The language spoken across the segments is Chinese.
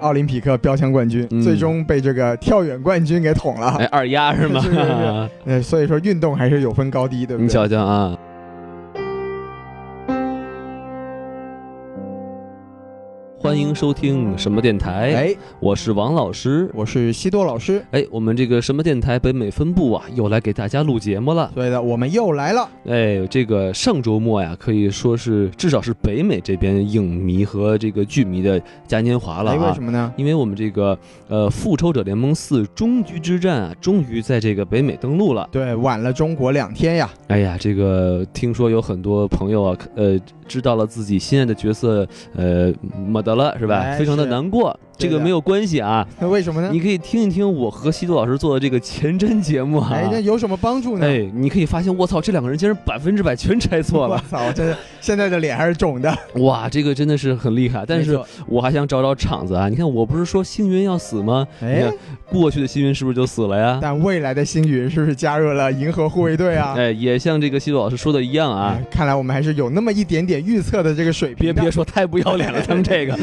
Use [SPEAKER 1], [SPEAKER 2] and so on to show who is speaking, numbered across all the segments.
[SPEAKER 1] 奥林匹克标枪冠军，
[SPEAKER 2] 嗯
[SPEAKER 1] 最终被这个跳远冠军给捅了
[SPEAKER 2] 哎，。二丫是吗
[SPEAKER 1] 是是是？呃，所以说运动还是有分高低，对不
[SPEAKER 2] 你
[SPEAKER 1] 对？
[SPEAKER 2] 瞧瞧啊，欢迎收听什么电台？
[SPEAKER 1] 哎，
[SPEAKER 2] 我是王老师。
[SPEAKER 1] 我是西多老师，
[SPEAKER 2] 哎，我们这个什么电台北美分部啊，又来给大家录节目了。
[SPEAKER 1] 所以呢，我们又来了。
[SPEAKER 2] 哎，这个上周末呀，可以说是至少是北美这边影迷和这个剧迷的嘉年华了
[SPEAKER 1] 哎，为
[SPEAKER 2] 啊
[SPEAKER 1] 什。么呢？
[SPEAKER 2] 因为我们这个呃《复仇者联盟四：终局之战》啊，终于在这个北美登陆了。
[SPEAKER 1] 对，晚了中国两天呀。
[SPEAKER 2] 哎呀，这个听说有很多朋友啊，呃，知道了自己心爱的角色，呃，没得了，是吧？
[SPEAKER 1] 哎
[SPEAKER 2] 非常的
[SPEAKER 1] 是
[SPEAKER 2] 难过。这
[SPEAKER 1] 对的嗯
[SPEAKER 2] 个没有关系啊，
[SPEAKER 1] 那为什么呢
[SPEAKER 2] 你？可以听一听我和西渡老师做的这个前瞻节目啊。
[SPEAKER 1] 哎，那有什么帮助呢？
[SPEAKER 2] 哎你可以发现，我操，这两个人竟然百分之百全猜错
[SPEAKER 1] 我
[SPEAKER 2] 了，
[SPEAKER 1] 操，真的，现在的脸还是肿的。
[SPEAKER 2] 哇，这个真的是很厉害。 但
[SPEAKER 1] 没
[SPEAKER 2] 是
[SPEAKER 1] 错，
[SPEAKER 2] 我还想找找场子啊，你看，我不是说星云要死吗？你
[SPEAKER 1] 哎
[SPEAKER 2] 看，过去的星云是不是就死了呀？
[SPEAKER 1] 但未来的星云是不是加入了银河护卫队啊？
[SPEAKER 2] 哎，也像这个西渡老师说的一样啊，
[SPEAKER 1] 哎，看来我们还是有那么一点点预测的这个水
[SPEAKER 2] 别
[SPEAKER 1] 平的，
[SPEAKER 2] 别说太不要脸了，他们这个。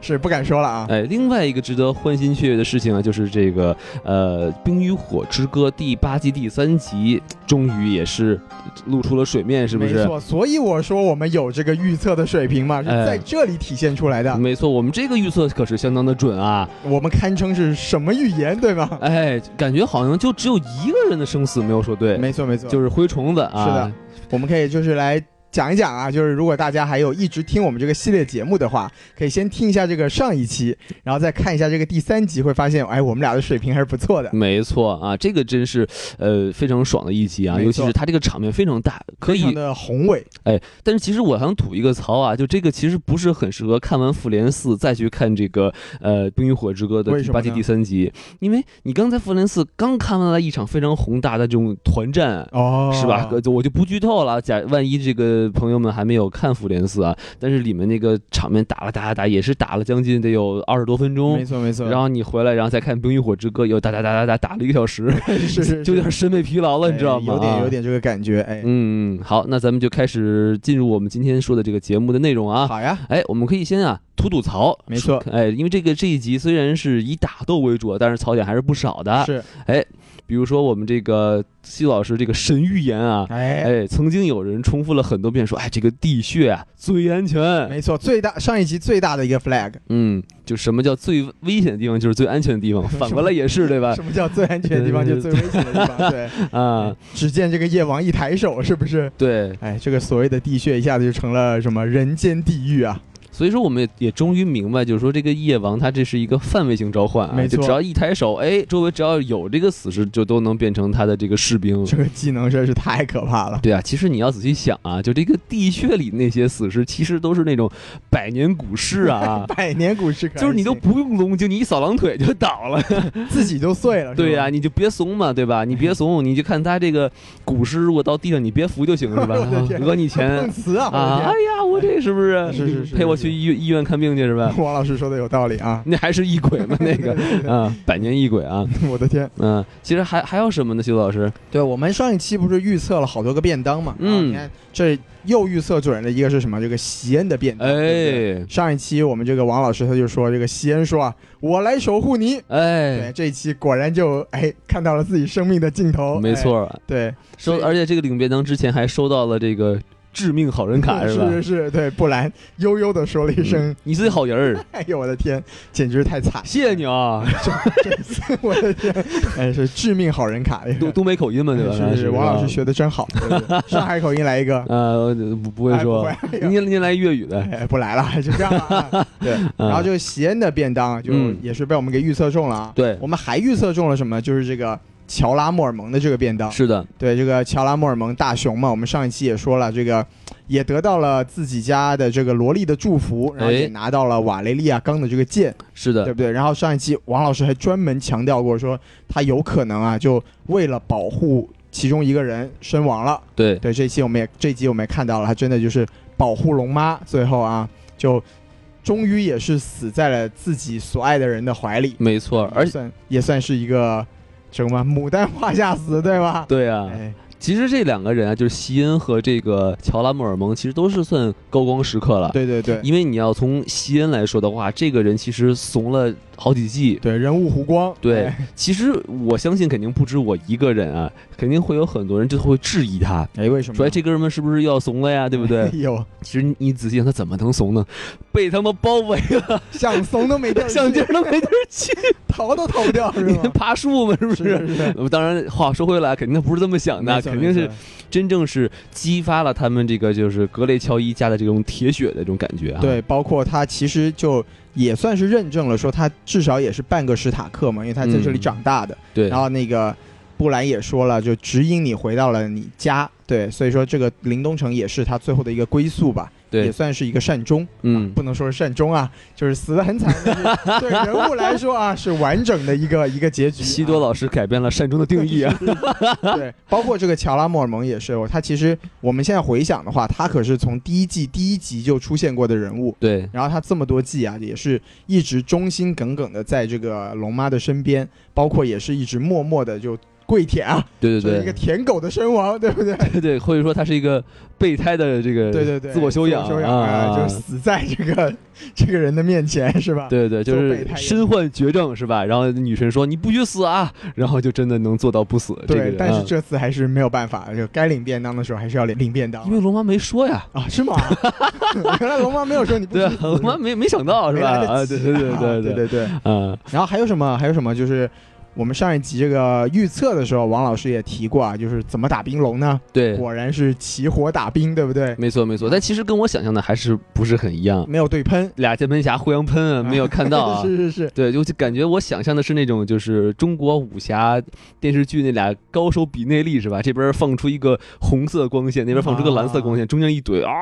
[SPEAKER 1] 是不敢说了啊。
[SPEAKER 2] 哎，另外一个值得欢欣雀跃的事情啊，就是这个呃《冰与火之歌》第八季第三集终于也是露出了水面，是不
[SPEAKER 1] 没
[SPEAKER 2] 是？
[SPEAKER 1] 错，所以我说我们有这个预测的水平嘛，是
[SPEAKER 2] 哎
[SPEAKER 1] 在这里体现出来的。
[SPEAKER 2] 没错，我们这个预测可是相当的准啊！
[SPEAKER 1] 我们堪称是什么预言，对吧？
[SPEAKER 2] 哎，感觉好像就只有一个人的生死没有说对，
[SPEAKER 1] 没错，没错，
[SPEAKER 2] 就是灰虫子啊。
[SPEAKER 1] 是的，我们可以就是来讲一讲啊，就是如果大家还有一直听我们这个系列节目的话，可以先听一下这个上一期，然后再看一下这个第三集，会发现，哎，我们俩的水平还是不错的。
[SPEAKER 2] 没错啊，这个真是呃非常爽的一集啊，
[SPEAKER 1] 没错
[SPEAKER 2] 尤其是它这个场面非常大，可
[SPEAKER 1] 非常
[SPEAKER 2] 以。
[SPEAKER 1] 的宏伟，
[SPEAKER 2] 但是其实我想吐一个槽啊，就这个其实不是很适合看完《复联四》再去看这个呃《冰与火之歌》的
[SPEAKER 1] 为
[SPEAKER 2] 第
[SPEAKER 1] 什
[SPEAKER 2] 八
[SPEAKER 1] 么
[SPEAKER 2] 季
[SPEAKER 1] 呢
[SPEAKER 2] 第三集，因为你刚才《复联四》刚看完了一场非常宏大的这种团战。
[SPEAKER 1] 哦
[SPEAKER 2] 是吧？呃我就不剧透了。假万一这个朋友们还没有看《复联四》啊，但是里面那个场面打了打了打，也是打了将近得有二十多分钟
[SPEAKER 1] 没。错没错，
[SPEAKER 2] 然后你回来，然后再看《冰与火之歌》，又打打打打打打了一个 小时，
[SPEAKER 1] 后 是是
[SPEAKER 2] 就有点审美疲劳了，你知道
[SPEAKER 1] 哎
[SPEAKER 2] 吗？
[SPEAKER 1] 有点
[SPEAKER 2] 啊
[SPEAKER 1] 有。点这个感觉，哎，
[SPEAKER 2] 嗯，好，那咱们就开始进入我们今天说的这个节目的内容啊。
[SPEAKER 1] 好呀，
[SPEAKER 2] 哎，我们可以先啊吐吐槽，
[SPEAKER 1] 没错
[SPEAKER 2] 哎，因为这个这一集虽然是以打斗为主，但是槽点还是不少的。
[SPEAKER 1] 是，
[SPEAKER 2] 比如说我们这个西老师这个神预言啊，
[SPEAKER 1] 哎。
[SPEAKER 2] 哎，曾经有人重复了很多遍说，哎，这个地穴啊最安全。
[SPEAKER 1] 没错，最大上一集最大的一个 flag，
[SPEAKER 2] 嗯，就什么叫最危险的地方就是最安全的 地方，反过来也是对吧？
[SPEAKER 1] 什么叫最安全的地方就最危险的地方？对，
[SPEAKER 2] 啊，
[SPEAKER 1] 只见这个夜王一抬手，是不是？
[SPEAKER 2] 对，
[SPEAKER 1] 哎，这个所谓的地穴一下子就成了什么人间地狱啊！
[SPEAKER 2] 所以说我们也也终于明白，就是说这个夜王他这是一个范围性召唤啊，
[SPEAKER 1] 没错
[SPEAKER 2] 就只要一抬手，哎，周围只要有这个死士，就都能变成他的这个士兵。
[SPEAKER 1] 这个技能真是太可怕了。，
[SPEAKER 2] 对啊，其实你要仔细想啊，就这个地穴里那些死士，其实都是那种百年古尸啊
[SPEAKER 1] 百年古尸可还
[SPEAKER 2] 就是你都
[SPEAKER 1] 行
[SPEAKER 2] 不用龙精，你一扫狼腿就倒 了。
[SPEAKER 1] 啊自己就碎了，
[SPEAKER 2] 对
[SPEAKER 1] 呀、
[SPEAKER 2] 呀、你就别怂嘛，对吧？你别怂，你就看他这个古尸，如果到地上你别扶就行，是吧
[SPEAKER 1] 我的？ 天
[SPEAKER 2] 讹你钱
[SPEAKER 1] 碰瓷啊！我
[SPEAKER 2] 啊！
[SPEAKER 1] 的
[SPEAKER 2] 哎呀，我这是不是？
[SPEAKER 1] 是是是
[SPEAKER 2] 陪我
[SPEAKER 1] 是
[SPEAKER 2] 去医院医院看病去是吧
[SPEAKER 1] 天，？王老师说的有道理啊！
[SPEAKER 2] 那还是异鬼吗？那个 啊，百年异鬼啊，
[SPEAKER 1] 我的天，
[SPEAKER 2] 嗯、其实还还有什么呢？修老师，
[SPEAKER 1] 对我们上一期不是预测了好多个便当嘛？
[SPEAKER 2] 嗯
[SPEAKER 1] 啊你看这又预测准了一个是什么？这个席恩的便当。对不对
[SPEAKER 2] 哎
[SPEAKER 1] 上一期我们这个王老师他就说，这个席恩说啊，我来守护你。对，
[SPEAKER 2] 哎，
[SPEAKER 1] 这一期果然就哎看到了自己生命的尽头。
[SPEAKER 2] 没
[SPEAKER 1] 哎，
[SPEAKER 2] 错儿，
[SPEAKER 1] 对，所
[SPEAKER 2] 收
[SPEAKER 1] 以
[SPEAKER 2] 而且这个领便当之前还收到了这个致命好人 卡是吧？
[SPEAKER 1] 是是，对，布兰悠悠的说了一声
[SPEAKER 2] 嗯你是好人儿，：“
[SPEAKER 1] 哎呦，我的天，简直太惨了！”
[SPEAKER 2] 谢谢你啊，
[SPEAKER 1] 我的天，哎，是致命好人卡，这
[SPEAKER 2] 东
[SPEAKER 1] 个
[SPEAKER 2] 东北口音嘛，对吧？
[SPEAKER 1] 是是是，王老师
[SPEAKER 2] 吧
[SPEAKER 1] 学的真好，对对 对上海口音来一个，
[SPEAKER 2] 啊呃不不会
[SPEAKER 1] 哎
[SPEAKER 2] 说，
[SPEAKER 1] 不会哎呦
[SPEAKER 2] 您您来粤语的，
[SPEAKER 1] 哎，不来了，就 这样了啊。对，
[SPEAKER 2] 嗯
[SPEAKER 1] 然后这个席恩的便当就
[SPEAKER 2] 嗯
[SPEAKER 1] 也是被我们给预测中了啊。
[SPEAKER 2] 对，
[SPEAKER 1] 我们还预测中了什么？就是这个乔拉莫尔蒙的这个便当。
[SPEAKER 2] 是的，
[SPEAKER 1] 对，这个乔拉莫尔蒙大熊嘛，我们上一期也说了，这个也得到了自己家的这个萝莉的祝福，然后
[SPEAKER 2] 哎
[SPEAKER 1] 也拿到了瓦雷利亚钢的这个剑。
[SPEAKER 2] 是的
[SPEAKER 1] 对，不对？然后上一期王老师还专门强调过，说他有可能啊，就为了保护其中一个人身亡了。
[SPEAKER 2] 对，
[SPEAKER 1] 对，这期我们也这集我们也看到了，他真的就是保护龙妈，最后啊，就终于也是死在了自己所爱的人的怀里，
[SPEAKER 2] 没嗯错，而
[SPEAKER 1] 也
[SPEAKER 2] 且
[SPEAKER 1] 算也算是一个什么牡丹花下死，对吧？
[SPEAKER 2] 对啊，
[SPEAKER 1] 哎，
[SPEAKER 2] 其实这两个人啊，就是席恩和这个乔拉穆尔蒙，其实都是算高光时刻了。
[SPEAKER 1] 对对对
[SPEAKER 2] 因为你要从席恩来说的话，这个人其实怂了好几季。
[SPEAKER 1] 对，人物弧光，
[SPEAKER 2] 对
[SPEAKER 1] 哎，
[SPEAKER 2] 其实我相信肯定不止我一个人啊，肯定会有很多人就会质疑他，
[SPEAKER 1] 哎，为什么？？
[SPEAKER 2] 说哎这哥们儿是不是要怂了呀，对不对
[SPEAKER 1] 有
[SPEAKER 2] 其实你仔细想，他怎么能怂呢？被他们包围了，
[SPEAKER 1] 想怂都没地儿去，
[SPEAKER 2] 想劲儿都没地儿 去，
[SPEAKER 1] 逃都逃不掉，是
[SPEAKER 2] 你
[SPEAKER 1] 吗？
[SPEAKER 2] 爬树吗？是 不
[SPEAKER 1] 是是是，
[SPEAKER 2] 当然，话说回来，肯定不是这么想的，
[SPEAKER 1] 没错
[SPEAKER 2] 肯定
[SPEAKER 1] 没
[SPEAKER 2] 是
[SPEAKER 1] 错
[SPEAKER 2] 真正是激发了他们这个就是格雷乔伊家的这种铁血的这种感觉啊。
[SPEAKER 1] 对，包括他其实就也算是认证了，说他至少也是半个史塔克嘛，因为他在这里
[SPEAKER 2] 嗯
[SPEAKER 1] 长大的。
[SPEAKER 2] 对，
[SPEAKER 1] 然后那个布兰也说了，就指引你回到了你家，对，所以说这个林东城也是他最后的一个归宿吧，也
[SPEAKER 2] 对，
[SPEAKER 1] 算是一个善终，
[SPEAKER 2] 嗯，
[SPEAKER 1] 不能说是善终啊，就是死的很惨，但是对人物来说啊是完整的一个一个结局、
[SPEAKER 2] 西多
[SPEAKER 1] 了，
[SPEAKER 2] 老师改变了善终的定义啊。
[SPEAKER 1] 对，包括这个乔拉莫尔蒙也是，他其实我们现在回想的话，他可是从第一季第一集就出现过的人物。
[SPEAKER 2] 对，
[SPEAKER 1] 然后他这么多季啊，也是一直忠心耿耿的在这个龙妈的身边，包括也是一直默默的就跪舔啊，
[SPEAKER 2] 对
[SPEAKER 1] 就是
[SPEAKER 2] 对
[SPEAKER 1] 一个
[SPEAKER 2] 对，
[SPEAKER 1] 舔狗的身亡，对不对？
[SPEAKER 2] 对对，或者说他是一个备胎的这个
[SPEAKER 1] 对对对，
[SPEAKER 2] 自我修养
[SPEAKER 1] 自我修养哎
[SPEAKER 2] 啊，
[SPEAKER 1] 就是死在这个这个人的面前，是吧？
[SPEAKER 2] 对对，就
[SPEAKER 1] 做备
[SPEAKER 2] 是
[SPEAKER 1] 胎
[SPEAKER 2] 身患绝症是吧？然后女神说：“你不许死啊！” 然后就真的能做到不死。这个
[SPEAKER 1] 对
[SPEAKER 2] 人，
[SPEAKER 1] 但是
[SPEAKER 2] 啊
[SPEAKER 1] 这次还是没有办法，就该领便当的时候还是要领领便当
[SPEAKER 2] 因为龙妈没说呀，
[SPEAKER 1] 啊，是 吗？原来龙妈没有说你不
[SPEAKER 2] 对，啊
[SPEAKER 1] 许死
[SPEAKER 2] 龙妈没没想到是
[SPEAKER 1] 没
[SPEAKER 2] 吧？
[SPEAKER 1] 来得
[SPEAKER 2] 啊，
[SPEAKER 1] 及
[SPEAKER 2] 对对对
[SPEAKER 1] 啊对
[SPEAKER 2] 对对，
[SPEAKER 1] 对对。
[SPEAKER 2] 嗯，
[SPEAKER 1] 然后还有什么？还有什么？就是我们上一集这个预测的时候，王老师也提过啊，就是怎么打冰龙呢？
[SPEAKER 2] 对，
[SPEAKER 1] 果然是起火打冰，对不对？
[SPEAKER 2] 没错没错，但其实跟我想象的还是不是很一样。
[SPEAKER 1] 没有对喷，
[SPEAKER 2] 俩键盘侠互相喷，啊，没有看到嗯 啊。
[SPEAKER 1] 是是是，
[SPEAKER 2] 对，就就感觉我想象的是那种，就是中国武侠电视剧那俩高手比内力是吧？这边放出一个红色光线，那边放出个蓝色光线，中间一怼啊，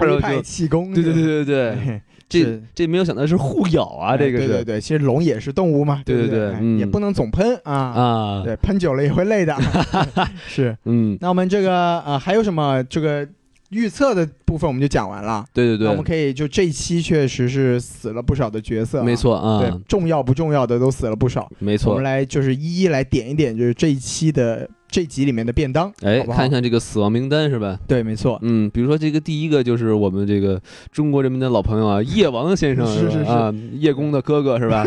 [SPEAKER 2] 然
[SPEAKER 1] 徽
[SPEAKER 2] 后
[SPEAKER 1] 派
[SPEAKER 2] 就
[SPEAKER 1] 气嗯功，
[SPEAKER 2] 对对对对对，
[SPEAKER 1] 对。
[SPEAKER 2] 这
[SPEAKER 1] 是哎
[SPEAKER 2] 这没有想到是互咬啊，这个
[SPEAKER 1] 对对
[SPEAKER 2] 是
[SPEAKER 1] 对，其实龙也是动物嘛，
[SPEAKER 2] 对
[SPEAKER 1] 不
[SPEAKER 2] 对
[SPEAKER 1] 对
[SPEAKER 2] 对
[SPEAKER 1] 哎
[SPEAKER 2] 嗯
[SPEAKER 1] 也不能总喷啊，
[SPEAKER 2] 啊，
[SPEAKER 1] 对，喷久了也会累 的。是，
[SPEAKER 2] 嗯，
[SPEAKER 1] 那我们这个呃还有什么这个预测的部分我们就讲完了，
[SPEAKER 2] 对
[SPEAKER 1] 那我
[SPEAKER 2] 对
[SPEAKER 1] 们可以就这一期确实是死了不少的角色，
[SPEAKER 2] 对，没，错
[SPEAKER 1] 对
[SPEAKER 2] 啊，，
[SPEAKER 1] 重要不重要的都死了不少，
[SPEAKER 2] 没
[SPEAKER 1] 我
[SPEAKER 2] 错
[SPEAKER 1] 们。来就是一一来点一点，就是这一期的这集里面的便当，
[SPEAKER 2] 哎，
[SPEAKER 1] 好不好
[SPEAKER 2] 看一看这个死亡名单是吧？
[SPEAKER 1] 对，没 错，
[SPEAKER 2] 嗯，比如说这个第一个就是我们这个中国人民的老朋友啊，叶王先生
[SPEAKER 1] 是
[SPEAKER 2] 吧
[SPEAKER 1] 是是
[SPEAKER 2] 啊，叶公的哥哥是 吧？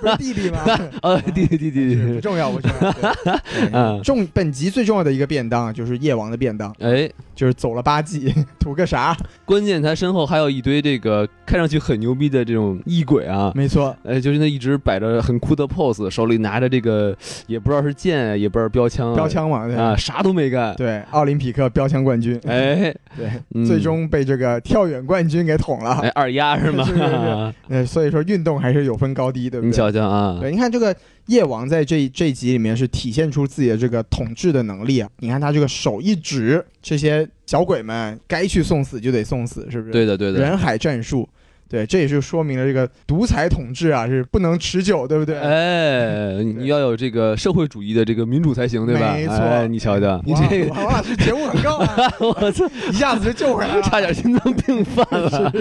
[SPEAKER 1] 不是弟 弟吗？
[SPEAKER 2] 啊，弟弟弟弟
[SPEAKER 1] 是不
[SPEAKER 2] 弟，
[SPEAKER 1] 重要，不重要。对对
[SPEAKER 2] 嗯，
[SPEAKER 1] 重本集最重要的一个便当啊就是夜王的便当，
[SPEAKER 2] 哎，
[SPEAKER 1] 就是走了八季， 图个啥？
[SPEAKER 2] 关键他身后还有一堆这个看上去很牛逼的这种异鬼啊。
[SPEAKER 1] 没错，
[SPEAKER 2] 呃，就是那一直摆着很酷的 pose，手里拿着这个也不知道是剑，也不知道是标枪啊，
[SPEAKER 1] 标枪嘛，对、
[SPEAKER 2] 啊，啥都没干。
[SPEAKER 1] 对，奥林匹克标枪冠军，
[SPEAKER 2] 哎，
[SPEAKER 1] 对，
[SPEAKER 2] 嗯
[SPEAKER 1] 最终被这个跳远冠军给捅了
[SPEAKER 2] 哎。二 丫是吗？
[SPEAKER 1] 是是 是呃，所以说运动还是有分高低，对不
[SPEAKER 2] 你
[SPEAKER 1] 对？
[SPEAKER 2] 瞧瞧啊，
[SPEAKER 1] 对，你看这个夜王在这这一集里面是体现出自己的这个统治的能力啊！你看他这个手一指，这些小鬼们该去送死就得送死，是不是？
[SPEAKER 2] 对的对的。
[SPEAKER 1] 人海战术，对，这也是说明了这个独裁统治啊是不能持久，对不对？
[SPEAKER 2] 哎，你要有这个社会主义的这个民主才行，对吧？
[SPEAKER 1] 没错
[SPEAKER 2] 哎你瞧瞧，你这个，
[SPEAKER 1] 王王老师觉悟很高啊，
[SPEAKER 2] 我操，
[SPEAKER 1] 一下子就救回来了，
[SPEAKER 2] 差点心脏病犯 了。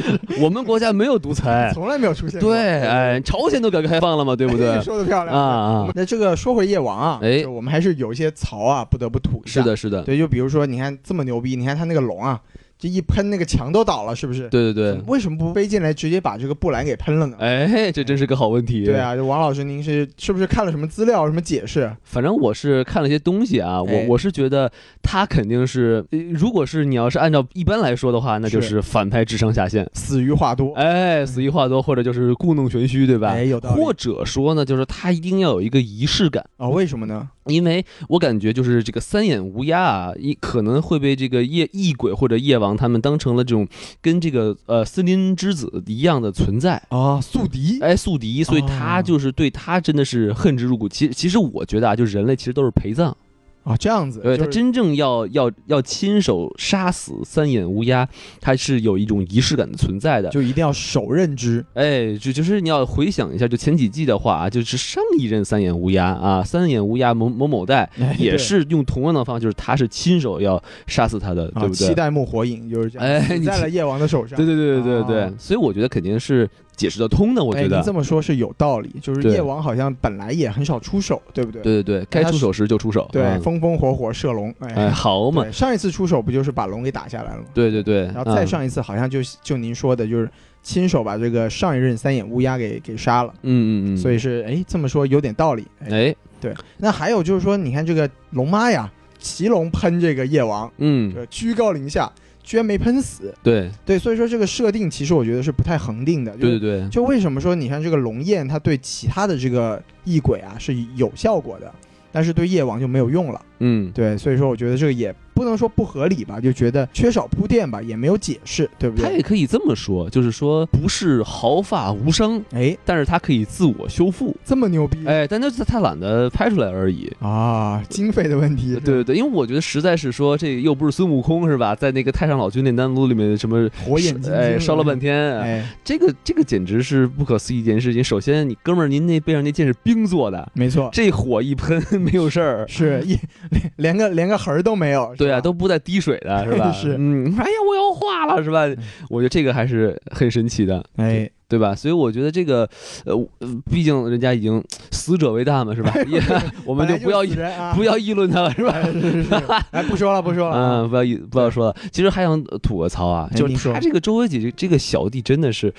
[SPEAKER 2] 我们国家没有独裁，
[SPEAKER 1] 从来没有出现过。
[SPEAKER 2] 对，哎，朝鲜都改革开放了嘛，对不 对？
[SPEAKER 1] 说的漂
[SPEAKER 2] 啊
[SPEAKER 1] 亮！
[SPEAKER 2] 啊，
[SPEAKER 1] 那这个说回夜王啊，
[SPEAKER 2] 哎
[SPEAKER 1] 就我们还是有一些槽啊，不得不吐一下
[SPEAKER 2] 是，的，是的，
[SPEAKER 1] 对，就比如说你看这么牛逼，你看他那个龙啊，这一喷那个墙都倒了，是不是？
[SPEAKER 2] 对对对
[SPEAKER 1] 怎么，为什么不飞进来直接把这个布兰给喷了呢？
[SPEAKER 2] 哎，这真是个好问题。
[SPEAKER 1] 对，啊，就王老师，您是是不是看了什么资料、什么解释？
[SPEAKER 2] 反正我是看了些东西啊，我
[SPEAKER 1] 哎
[SPEAKER 2] 我是觉得他肯定是，呃如果是你要是按照一般来说的话，那就是反派智商下线，
[SPEAKER 1] 死于话多，
[SPEAKER 2] 哎，死于话多，或者就是故弄玄虚，对吧？
[SPEAKER 1] 哎，有道理
[SPEAKER 2] 或者说呢，就是他一定要有一个仪式感。
[SPEAKER 1] 啊？为什么呢？
[SPEAKER 2] 因为我感觉就是这个三眼乌鸦啊，一可能会被这个夜异鬼或者夜王他们当成了这种跟这个呃森林之子一样的存在。
[SPEAKER 1] 啊，宿敌，
[SPEAKER 2] 哎，宿敌，所以他就是对他真的是恨之入骨。其其实我觉得啊，就人类其实都是陪葬，
[SPEAKER 1] 啊，这样子，
[SPEAKER 2] 对
[SPEAKER 1] 就
[SPEAKER 2] 他
[SPEAKER 1] 是
[SPEAKER 2] 真正要要要亲手杀死三眼乌鸦，他是有一种仪式感的存在的。
[SPEAKER 1] 就一定要手刃 之，
[SPEAKER 2] 哎，就就是你要回想一下，就前几季的话啊，就是上一任三眼乌鸦啊，三眼乌鸦某某某代，
[SPEAKER 1] 哎
[SPEAKER 2] 也
[SPEAKER 1] 对
[SPEAKER 2] 是用同样的方法，就是他是亲手要杀死他的，
[SPEAKER 1] 啊，
[SPEAKER 2] 对不
[SPEAKER 1] 七
[SPEAKER 2] 对？
[SPEAKER 1] 代目火影就是这样，
[SPEAKER 2] 哎
[SPEAKER 1] 死
[SPEAKER 2] 你
[SPEAKER 1] 在
[SPEAKER 2] 这
[SPEAKER 1] 了夜王的手上
[SPEAKER 2] 对。对对对对对
[SPEAKER 1] 啊，
[SPEAKER 2] 所以我觉得肯定是解释得通的，我
[SPEAKER 1] 哎，
[SPEAKER 2] 觉
[SPEAKER 1] 你
[SPEAKER 2] 得。
[SPEAKER 1] 这么说是有道理，就是
[SPEAKER 2] 对
[SPEAKER 1] 夜王好像本来也很少出手，对不对？
[SPEAKER 2] 对对对，该出手时就出手。
[SPEAKER 1] 哎对，
[SPEAKER 2] 嗯
[SPEAKER 1] 风风火火射龙，哎，
[SPEAKER 2] 哎，好嘛，
[SPEAKER 1] 对，上一次出手不就是把龙给打下来了吗？
[SPEAKER 2] 对对对，
[SPEAKER 1] 然后再
[SPEAKER 2] 嗯
[SPEAKER 1] 上一次好像就就您说的，就是亲手把这个上一任三眼乌鸦给给杀了，
[SPEAKER 2] 嗯嗯嗯，
[SPEAKER 1] 所以是哎这么说有点道理。哎
[SPEAKER 2] 哎，
[SPEAKER 1] 那还有就是说，你看这个龙妈呀，骑龙喷这个夜王，
[SPEAKER 2] 嗯，
[SPEAKER 1] 呃居高临下，居然没喷死。
[SPEAKER 2] 对
[SPEAKER 1] 对，所以说这个设定其实我觉得是不太恒定的。就是
[SPEAKER 2] 对对对，
[SPEAKER 1] 就为什么说你看这个龙焰，它对其他的这个异鬼啊是有效果的，但是对夜王就没有用了。
[SPEAKER 2] 嗯，
[SPEAKER 1] 对，所以说我觉得这个也不能说不合理吧，就觉得缺少铺垫吧，也没有解释，对不
[SPEAKER 2] 他也
[SPEAKER 1] 对？
[SPEAKER 2] 可以这么说，就是说不是毫发无伤，
[SPEAKER 1] 哎，
[SPEAKER 2] 但是他可以自我修复。
[SPEAKER 1] 这么牛逼、
[SPEAKER 2] 哎，但就是他懒得拍出来而已。
[SPEAKER 1] 啊！经费的问题，
[SPEAKER 2] 对对对，因为我觉得实在是说这又不是孙悟空是吧，在那个太上老君那单独里面什么
[SPEAKER 1] 火眼金睛，
[SPEAKER 2] 哎烧了半
[SPEAKER 1] 天，
[SPEAKER 2] 天，啊
[SPEAKER 1] 哎，
[SPEAKER 2] 这个这个简直是不可思议一件事情。首先，你哥们儿您那背上那剑是冰做的，
[SPEAKER 1] 没错，
[SPEAKER 2] 这火一喷 没有事儿，
[SPEAKER 1] 是一连连个连个痕儿都没有，是
[SPEAKER 2] 对啊，
[SPEAKER 1] 吧
[SPEAKER 2] 都不带滴水的是吧？
[SPEAKER 1] 是嗯
[SPEAKER 2] 嗯， 哎呀，我要化了是吧？我觉得这个还是很神奇的，
[SPEAKER 1] 哎，
[SPEAKER 2] 对吧？所以我觉得这个，呃，我呃毕竟人家已经死者为大嘛，是
[SPEAKER 1] 哎
[SPEAKER 2] 吧？也 我
[SPEAKER 1] 我
[SPEAKER 2] 们就不要议
[SPEAKER 1] 人啊，
[SPEAKER 2] 不要议论他了，是吧？
[SPEAKER 1] 哎，是 是是，哎，不说了不说了啊，
[SPEAKER 2] 嗯，不要议不要说了。其实还想呃吐个槽啊，
[SPEAKER 1] 哎
[SPEAKER 2] 就
[SPEAKER 1] 你
[SPEAKER 2] 是
[SPEAKER 1] 说
[SPEAKER 2] 他这个周薇姐这这个小弟真的是，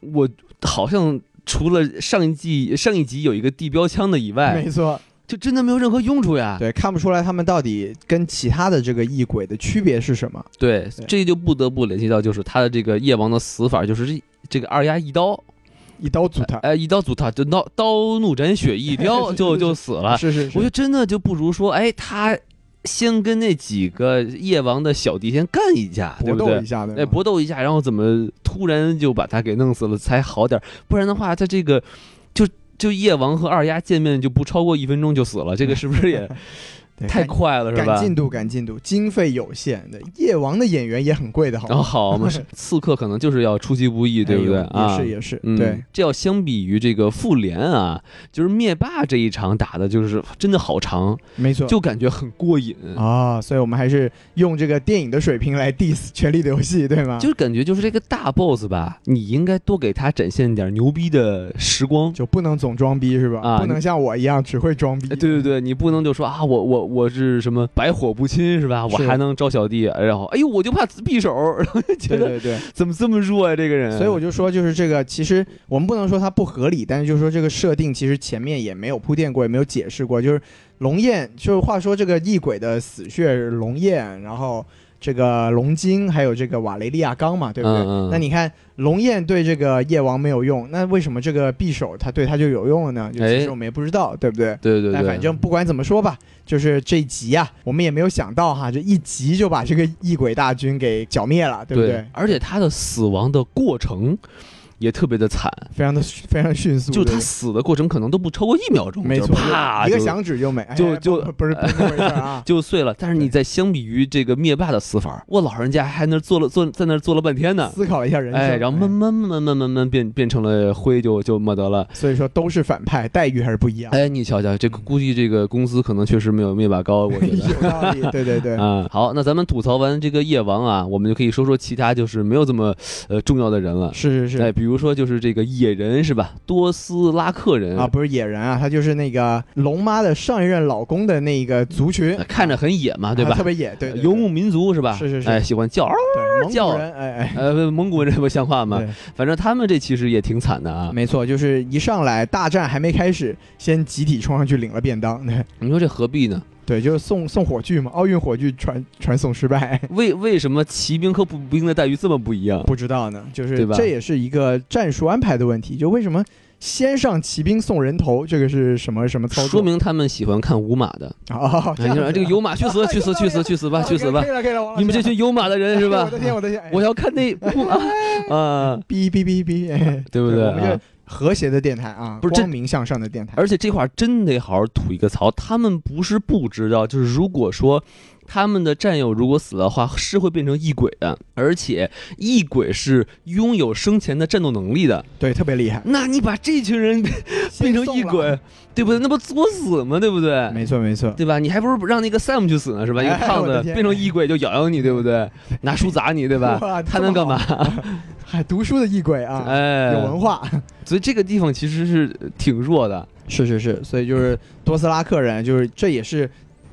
[SPEAKER 2] 我好像除了上一季上一集有一个地标枪的以外，
[SPEAKER 1] 没错，
[SPEAKER 2] 就真的没有任何用处呀。
[SPEAKER 1] 对，看不出来他们到底跟其他的这个异鬼的区别是什么，
[SPEAKER 2] 对
[SPEAKER 1] 对，
[SPEAKER 2] 这就不得不联系到就是他的这个夜王的死法，就是这这个二丫一刀，
[SPEAKER 1] 一刀阻他，
[SPEAKER 2] 哎，一刀阻他，就刀刀怒斩雪 一
[SPEAKER 1] 是
[SPEAKER 2] 雕
[SPEAKER 1] 是
[SPEAKER 2] 就是就死了。
[SPEAKER 1] 是是
[SPEAKER 2] 我觉
[SPEAKER 1] 是
[SPEAKER 2] 得，真的就哎不如说，哎，他先跟那几个夜王的小弟先干一架，
[SPEAKER 1] 搏
[SPEAKER 2] 对不
[SPEAKER 1] 斗
[SPEAKER 2] 对
[SPEAKER 1] 一？下的，
[SPEAKER 2] 哎，搏斗一下，然后怎么突然就把他给弄死了才好点儿？不然的话，他这个就就夜王和二丫见面就不超过一分钟就死了，这个是不是 也
[SPEAKER 1] 对
[SPEAKER 2] 太
[SPEAKER 1] 看
[SPEAKER 2] 快了，是
[SPEAKER 1] 赶
[SPEAKER 2] 吧？
[SPEAKER 1] 进度，赶进度，经费有限的。夜王的演员也很贵的，好
[SPEAKER 2] 然后
[SPEAKER 1] 吗？
[SPEAKER 2] 哦好 嘛，是刺客可能就是要出其不意，对不对
[SPEAKER 1] 哎呦
[SPEAKER 2] 啊？
[SPEAKER 1] 也是也是，
[SPEAKER 2] 嗯，
[SPEAKER 1] 对，，
[SPEAKER 2] 这要相比于这个复联啊，就是灭霸这一场打的，就是真的好长，
[SPEAKER 1] 没错。
[SPEAKER 2] 就感觉很过瘾，
[SPEAKER 1] 啊，所以我们还是用这个电影的水平来 diss《权力的游戏》，对吗？
[SPEAKER 2] 就是感觉就是这个大 boss 吧，你应该多给他展现点牛逼的时光。
[SPEAKER 1] 就不能总装逼是吧？
[SPEAKER 2] 啊
[SPEAKER 1] 不能像我一样只会装逼。
[SPEAKER 2] 哎对对对，你不能就说啊，我我我是什么百火不侵是吧？我
[SPEAKER 1] 是
[SPEAKER 2] 还能招小弟，然后哎呦，我就怕匕首，然后就 觉
[SPEAKER 1] 对
[SPEAKER 2] 得
[SPEAKER 1] 对对，
[SPEAKER 2] 怎么这么弱呀、这个人。
[SPEAKER 1] 所以我就说，就是这个，其实我们不能说它不合理，但是就是说这个设定其实前面也没有铺垫过，也没有解释过。就是龙焰，就是话说这个异鬼的死穴是龙焰，然后这个龙晶，还有这个瓦雷利亚钢嘛，对不对？
[SPEAKER 2] 嗯嗯
[SPEAKER 1] 那你看龙焰对这个夜王没有用，那为什么这个匕首它对它就有用了呢？就其
[SPEAKER 2] 哎
[SPEAKER 1] 实我们也不知道，对不对？
[SPEAKER 2] 对对对，
[SPEAKER 1] 但反正不管怎么说吧，就是这一集啊，我们也没有想到哈，这一集就把这个异鬼大军给剿灭了，对不对？
[SPEAKER 2] 而且他的死亡的过程也特别的惨，
[SPEAKER 1] 非常的非常迅速，
[SPEAKER 2] 就是
[SPEAKER 1] 对
[SPEAKER 2] 他
[SPEAKER 1] 不对
[SPEAKER 2] 死的过程可能都不超过一秒钟，
[SPEAKER 1] 没
[SPEAKER 2] 就是
[SPEAKER 1] 错，
[SPEAKER 2] 啪
[SPEAKER 1] 一个
[SPEAKER 2] 就
[SPEAKER 1] 响指就没，哎
[SPEAKER 2] 就就。
[SPEAKER 1] 不不是不是那回事儿啊
[SPEAKER 2] 就碎了。但是你在相比于这个灭霸的死法，我老人家还那儿坐了坐在 那儿坐了半天呢。
[SPEAKER 1] 思考了一下人生，
[SPEAKER 2] 哎，然后慢慢慢慢慢慢慢变变成了灰就就没得了。
[SPEAKER 1] 所以说都是反派，待遇还是不一样。
[SPEAKER 2] 哎，你瞧瞧，这个估计这个工资可能确实没有灭 霸高，我觉得。
[SPEAKER 1] 有道理，对对对，
[SPEAKER 2] 啊、好，那咱们吐槽完这个夜王啊，我们就可以说说其他就是没有这么呃重要的人了。
[SPEAKER 1] 是是
[SPEAKER 2] 哎，
[SPEAKER 1] 是
[SPEAKER 2] 比如说就是这个野人是吧？多斯拉克人
[SPEAKER 1] 啊，，不是野人啊，他就是那个龙妈的上一任老公的那个族群
[SPEAKER 2] 呃，看着很野嘛，对吧
[SPEAKER 1] 啊特？别野，对，对
[SPEAKER 2] 游牧民族是吧？
[SPEAKER 1] 是是是
[SPEAKER 2] 哎，喜欢叫嗷，
[SPEAKER 1] 对蒙
[SPEAKER 2] 叫
[SPEAKER 1] 古人，哎哎。
[SPEAKER 2] 呃，蒙古人这不像话吗？
[SPEAKER 1] 对，
[SPEAKER 2] 反正他们这其实也挺惨的啊。
[SPEAKER 1] 没错，就是一上来大战还没开始，先集体冲上去领了便当，对
[SPEAKER 2] 你说这何必呢？
[SPEAKER 1] 对，就是送送火炬嘛，奥运火炬传传送失败，
[SPEAKER 2] 为为什么骑兵和步兵的待遇这么不一样？
[SPEAKER 1] 不知道呢，就是
[SPEAKER 2] 对吧
[SPEAKER 1] 这也是一个战术安排的问题，就为什么先上骑兵送人头，这个是什么什么操作？
[SPEAKER 2] 说明他们喜欢看五马的。
[SPEAKER 1] 啊，
[SPEAKER 2] 哎你说这个有马去 死，去死，去死，去死吧，去死吧
[SPEAKER 1] 可以！了，可以了，王老师
[SPEAKER 2] 你们这群有马的人是
[SPEAKER 1] 哎
[SPEAKER 2] 吧
[SPEAKER 1] 我？的天，我的天，哎
[SPEAKER 2] 我要看那不啊啊！
[SPEAKER 1] 哔哔哔哔， 哎
[SPEAKER 2] 对不对
[SPEAKER 1] 我们这
[SPEAKER 2] 啊
[SPEAKER 1] 和谐的电台啊，
[SPEAKER 2] 不是这
[SPEAKER 1] 光明向上的电台，
[SPEAKER 2] 而且这块儿真得好好吐一个槽，他们不是不知道，就是如果说他们的战友如果死的话，是会变成异鬼的，而且异鬼是拥有生前的战斗能力的。
[SPEAKER 1] 对，特别厉害。
[SPEAKER 2] 那你把这群人
[SPEAKER 1] 先
[SPEAKER 2] 变成异
[SPEAKER 1] 送了
[SPEAKER 2] 鬼，对不对？那不作死吗？对不对？
[SPEAKER 1] 没错没错，
[SPEAKER 2] 对吧？你还不如让那个 Sam 去死呢，是吧？一个
[SPEAKER 1] 哎
[SPEAKER 2] 胖
[SPEAKER 1] 我的
[SPEAKER 2] 子
[SPEAKER 1] 天
[SPEAKER 2] 变成异鬼就咬咬你，对不 对？拿书砸你，对吧？
[SPEAKER 1] 哇
[SPEAKER 2] 他 能干嘛？？
[SPEAKER 1] 这么好还读书的异鬼啊，有
[SPEAKER 2] 哎，
[SPEAKER 1] 文 化。
[SPEAKER 2] 所以这个地方其实是挺弱的。
[SPEAKER 1] 是是是，所以就是多斯拉克人，就是这也是，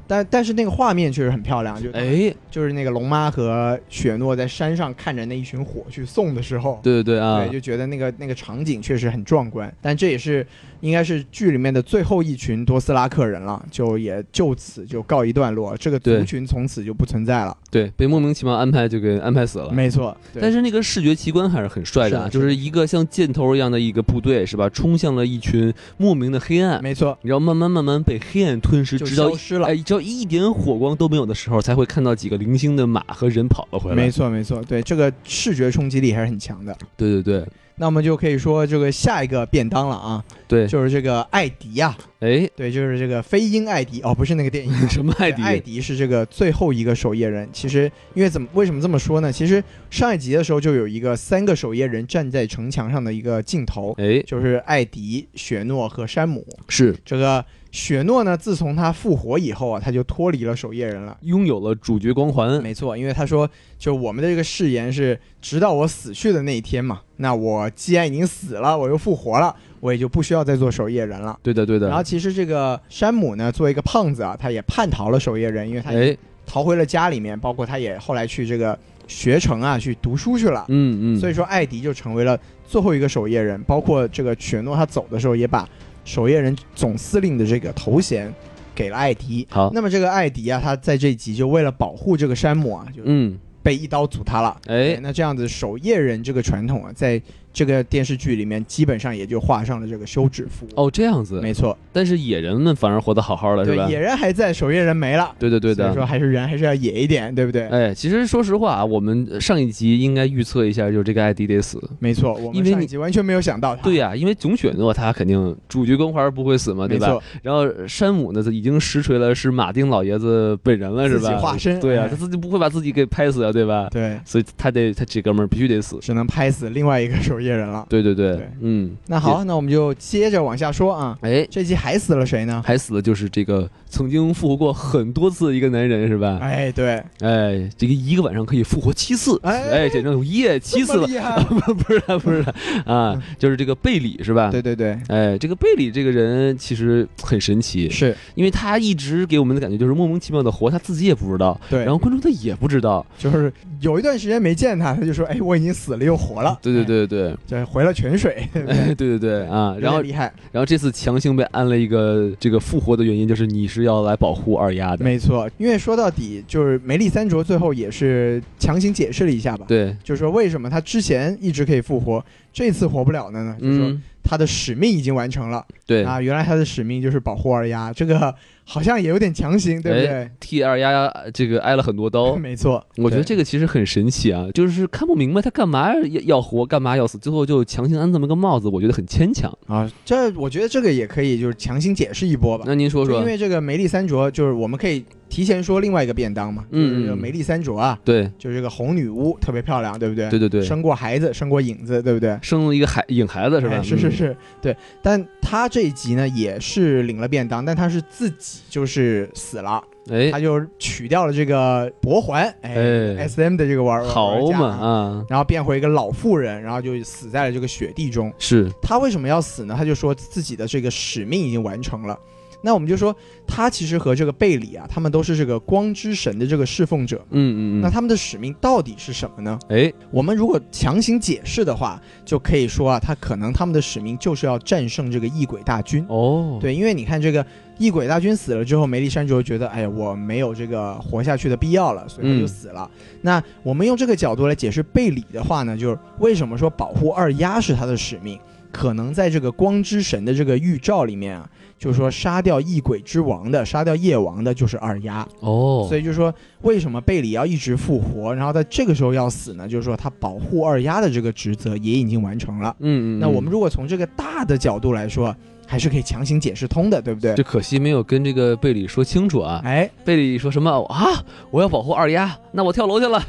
[SPEAKER 1] 但但是那个画面确实很漂亮，就
[SPEAKER 2] 哎，
[SPEAKER 1] 就是那个龙妈和雪诺在山上看着那一群火去送的时候，
[SPEAKER 2] 对对对啊
[SPEAKER 1] 对，，就觉得那个那个场景确实很壮观。但这也是应该是剧里面的最后一群多斯拉克人了，就也就此就告一段落，这个族
[SPEAKER 2] 对
[SPEAKER 1] 群从此就不存在了。
[SPEAKER 2] 对，被莫名其妙安排就给安排死了。
[SPEAKER 1] 没错，对
[SPEAKER 2] 但是那个视觉奇观还是很帅的
[SPEAKER 1] 是
[SPEAKER 2] 啊，
[SPEAKER 1] 的
[SPEAKER 2] 就是是
[SPEAKER 1] 的
[SPEAKER 2] 一个像箭头一样的一个部队，是吧？冲向了一群莫名的黑暗，
[SPEAKER 1] 没错，
[SPEAKER 2] 然后慢慢慢慢被黑暗吞噬，
[SPEAKER 1] 就
[SPEAKER 2] 直到
[SPEAKER 1] 消失了
[SPEAKER 2] 哎，只要一点火光都没有的时候，才会看到几个零星的马和人跑了回来。
[SPEAKER 1] 没错没错，对这个视觉冲击力还是很强的。
[SPEAKER 2] 对对对
[SPEAKER 1] 那我们就可以说这个下一个便当了啊，
[SPEAKER 2] 对，
[SPEAKER 1] 就是这个艾迪呀、
[SPEAKER 2] 哎，
[SPEAKER 1] 对，就是这个飞鹰艾迪哦，不是那个电影。
[SPEAKER 2] 什么艾
[SPEAKER 1] 对
[SPEAKER 2] 迪？
[SPEAKER 1] 艾迪是这个最后一个守夜人。其实，因为怎么为什么这么说呢？其实上一集的时候就有一个三个守夜人站在城墙上的一个镜头，
[SPEAKER 2] 哎，
[SPEAKER 1] 就是艾迪、雪诺和山姆。
[SPEAKER 2] 是
[SPEAKER 1] 这个雪诺呢，自从他复活以后啊，他就脱离了守夜人了。
[SPEAKER 2] 拥有了主角光环。
[SPEAKER 1] 没错，因为他说，就我们的这个誓言是，直到我死去的那一天嘛。那我既然已经死了，我又复活了，我也就不需要再做守夜人了。
[SPEAKER 2] 对的对
[SPEAKER 1] 然后
[SPEAKER 2] 的。
[SPEAKER 1] 其实这个山姆呢，作为一个胖子啊，他也叛逃了守夜人，因为他
[SPEAKER 2] 哎，
[SPEAKER 1] 逃回了家里面，包括他也后来去这个学城啊去读书去了。
[SPEAKER 2] 嗯嗯，
[SPEAKER 1] 所以说，艾迪就成为了最后一个守夜人，包括这个雪诺他走的时候也把守夜人总司令的这个头衔给了艾迪。
[SPEAKER 2] 好，
[SPEAKER 1] 那么这个艾迪啊，他在这一集就为了保护这个山姆啊，就
[SPEAKER 2] 嗯，
[SPEAKER 1] 被一刀阻他了。对
[SPEAKER 2] 哎，
[SPEAKER 1] 那这样子守夜人这个传统啊，在这个电视剧里面基本上也就画上了这个休止符。
[SPEAKER 2] 哦，这样子。
[SPEAKER 1] 没错，
[SPEAKER 2] 但是野人们反而活得好好的，是
[SPEAKER 1] 对
[SPEAKER 2] 吧，？
[SPEAKER 1] 野人还在，守夜人没了。
[SPEAKER 2] 对对对
[SPEAKER 1] 所以
[SPEAKER 2] 的。
[SPEAKER 1] 说还是人还是要野一点，对不对？
[SPEAKER 2] 哎，其实说实话啊，我们上一集应该预测一下，就是这个艾迪得死。
[SPEAKER 1] 没错，我
[SPEAKER 2] 因
[SPEAKER 1] 们
[SPEAKER 2] 为
[SPEAKER 1] 上
[SPEAKER 2] 你
[SPEAKER 1] 一集完全没有想到他。
[SPEAKER 2] 对呀、因为总雪诺他肯定主角光环不会死嘛，对
[SPEAKER 1] 没
[SPEAKER 2] 吧？
[SPEAKER 1] 错，
[SPEAKER 2] 然后山姆呢，已经实锤了是马丁老爷子本人了，是
[SPEAKER 1] 自己
[SPEAKER 2] 吧？
[SPEAKER 1] 化身
[SPEAKER 2] 对呀、
[SPEAKER 1] 哎
[SPEAKER 2] 他自己不会把自己给拍死啊，对吧？
[SPEAKER 1] 对，
[SPEAKER 2] 所以他得他这哥们儿必须得死。
[SPEAKER 1] 只能拍死另外一个守夜人了。
[SPEAKER 2] 对对对，
[SPEAKER 1] 对
[SPEAKER 2] 嗯，
[SPEAKER 1] 那好，那我们就接着往下说啊。
[SPEAKER 2] 也，哎，
[SPEAKER 1] 这集还死了谁呢？
[SPEAKER 2] 还死的就是这个曾经复活过很多次的一个男人，是吧？
[SPEAKER 1] 哎，对，
[SPEAKER 2] 哎，这个一个晚上可以复活七次，
[SPEAKER 1] 哎
[SPEAKER 2] 哎，简直耶，七
[SPEAKER 1] 这
[SPEAKER 2] 次
[SPEAKER 1] 么
[SPEAKER 2] 了，
[SPEAKER 1] 厉害
[SPEAKER 2] 不是的不是的啊，就是这个贝里是吧？
[SPEAKER 1] 对对对，
[SPEAKER 2] 哎，这个贝里这个人其实很神奇，
[SPEAKER 1] 是
[SPEAKER 2] 因为他一直给我们的感觉就是莫名其妙的活，他自己也不知道，
[SPEAKER 1] 对。
[SPEAKER 2] 然后观众他也不知道，
[SPEAKER 1] 就是有一段时间没见他，他就说：“哎，我已经死了又活了。”哎
[SPEAKER 2] 对 对，对对
[SPEAKER 1] 这回了泉 水，对不
[SPEAKER 2] 对，哎
[SPEAKER 1] 对
[SPEAKER 2] 对对对啊，然后
[SPEAKER 1] 有点厉害，
[SPEAKER 2] 然后这次强行被安了一个这个复活的原因就是你是要来保护二丫的，
[SPEAKER 1] 没错。因为说到底，就是梅丽三卓最后也是强行解释了一下吧，
[SPEAKER 2] 对，
[SPEAKER 1] 就是说为什么他之前一直可以复活，这次活不了了呢？就是说
[SPEAKER 2] 嗯，
[SPEAKER 1] 他的使命已经完成了
[SPEAKER 2] 对
[SPEAKER 1] 啊，原来他的使命就是保护二丫，这个好像也有点强行，对不对？，
[SPEAKER 2] 替二丫这个挨了很多 刀
[SPEAKER 1] 没错，
[SPEAKER 2] 哎哦我觉得这
[SPEAKER 1] 个
[SPEAKER 2] 个其实很神奇啊，就是看不明白他干嘛要要活，干嘛要死，最后就强行安这么个帽子，我觉得很牵强。
[SPEAKER 1] 啊，这我觉得这个也可以就是强行解释一波吧。
[SPEAKER 2] 那您说
[SPEAKER 1] 就
[SPEAKER 2] 说
[SPEAKER 1] 因，为这个梅丽三卓，就是我们可以提前说另外一个便当嘛，
[SPEAKER 2] 嗯
[SPEAKER 1] 就是这个梅丽三卓啊，
[SPEAKER 2] 对
[SPEAKER 1] 就是这个红女巫特别漂亮，对不对？
[SPEAKER 2] 对对对，
[SPEAKER 1] 生过孩子，生过影子，对不对？
[SPEAKER 2] 生了一个孩影孩子是吧？
[SPEAKER 1] 哎是
[SPEAKER 2] 嗯
[SPEAKER 1] 是，是，对。但她这一集呢，也是领了便当，但她是自己就是死了，
[SPEAKER 2] 哎
[SPEAKER 1] 她就取掉了这个脖环，哎
[SPEAKER 2] 哎
[SPEAKER 1] s m 的这个玩
[SPEAKER 2] 好
[SPEAKER 1] 玩家
[SPEAKER 2] 嘛
[SPEAKER 1] 啊
[SPEAKER 2] 啊，
[SPEAKER 1] 然后变回一个老妇人，然后就死在了这个雪地中。
[SPEAKER 2] 是
[SPEAKER 1] 他为什么要死呢？他就说自己的这个使命已经完成了。那我们就说，他其实和这个贝里啊，他们都是这个光之神的这个侍奉者。
[SPEAKER 2] 嗯嗯
[SPEAKER 1] 那
[SPEAKER 2] 嗯，
[SPEAKER 1] 他们的使命到底是什么呢？
[SPEAKER 2] 哎
[SPEAKER 1] 我们如果强行解释的话，就可以说啊，他可能他们的使命就是要战胜这个异鬼大军。
[SPEAKER 2] 哦，
[SPEAKER 1] 对，因为你看这个异鬼大军死了之后，梅丽珊卓觉得，哎呀，我没有这个活下去的必要了，所以他就
[SPEAKER 2] 嗯
[SPEAKER 1] 死了。那我们用这个角度来解释贝里的话呢，就是为什么说保护二丫是他的使命？可能在这个光之神的这个预兆里面啊，就是说杀掉异鬼之王的、杀掉夜王的就是二丫，
[SPEAKER 2] 哦，
[SPEAKER 1] 所以就是说为什么贝里要一直复活，然后在这个时候要死呢？就是说他保护二丫的这个职责也已经完成了。
[SPEAKER 2] 嗯嗯，
[SPEAKER 1] 那我
[SPEAKER 2] 嗯
[SPEAKER 1] 们如果从这个大的角度来说，还是可以强行解释通的，对不对？
[SPEAKER 2] 这可惜没有跟这个贝里说清楚啊。
[SPEAKER 1] 哎，
[SPEAKER 2] 贝里说什么啊？我要保护二丫，那我跳楼去了。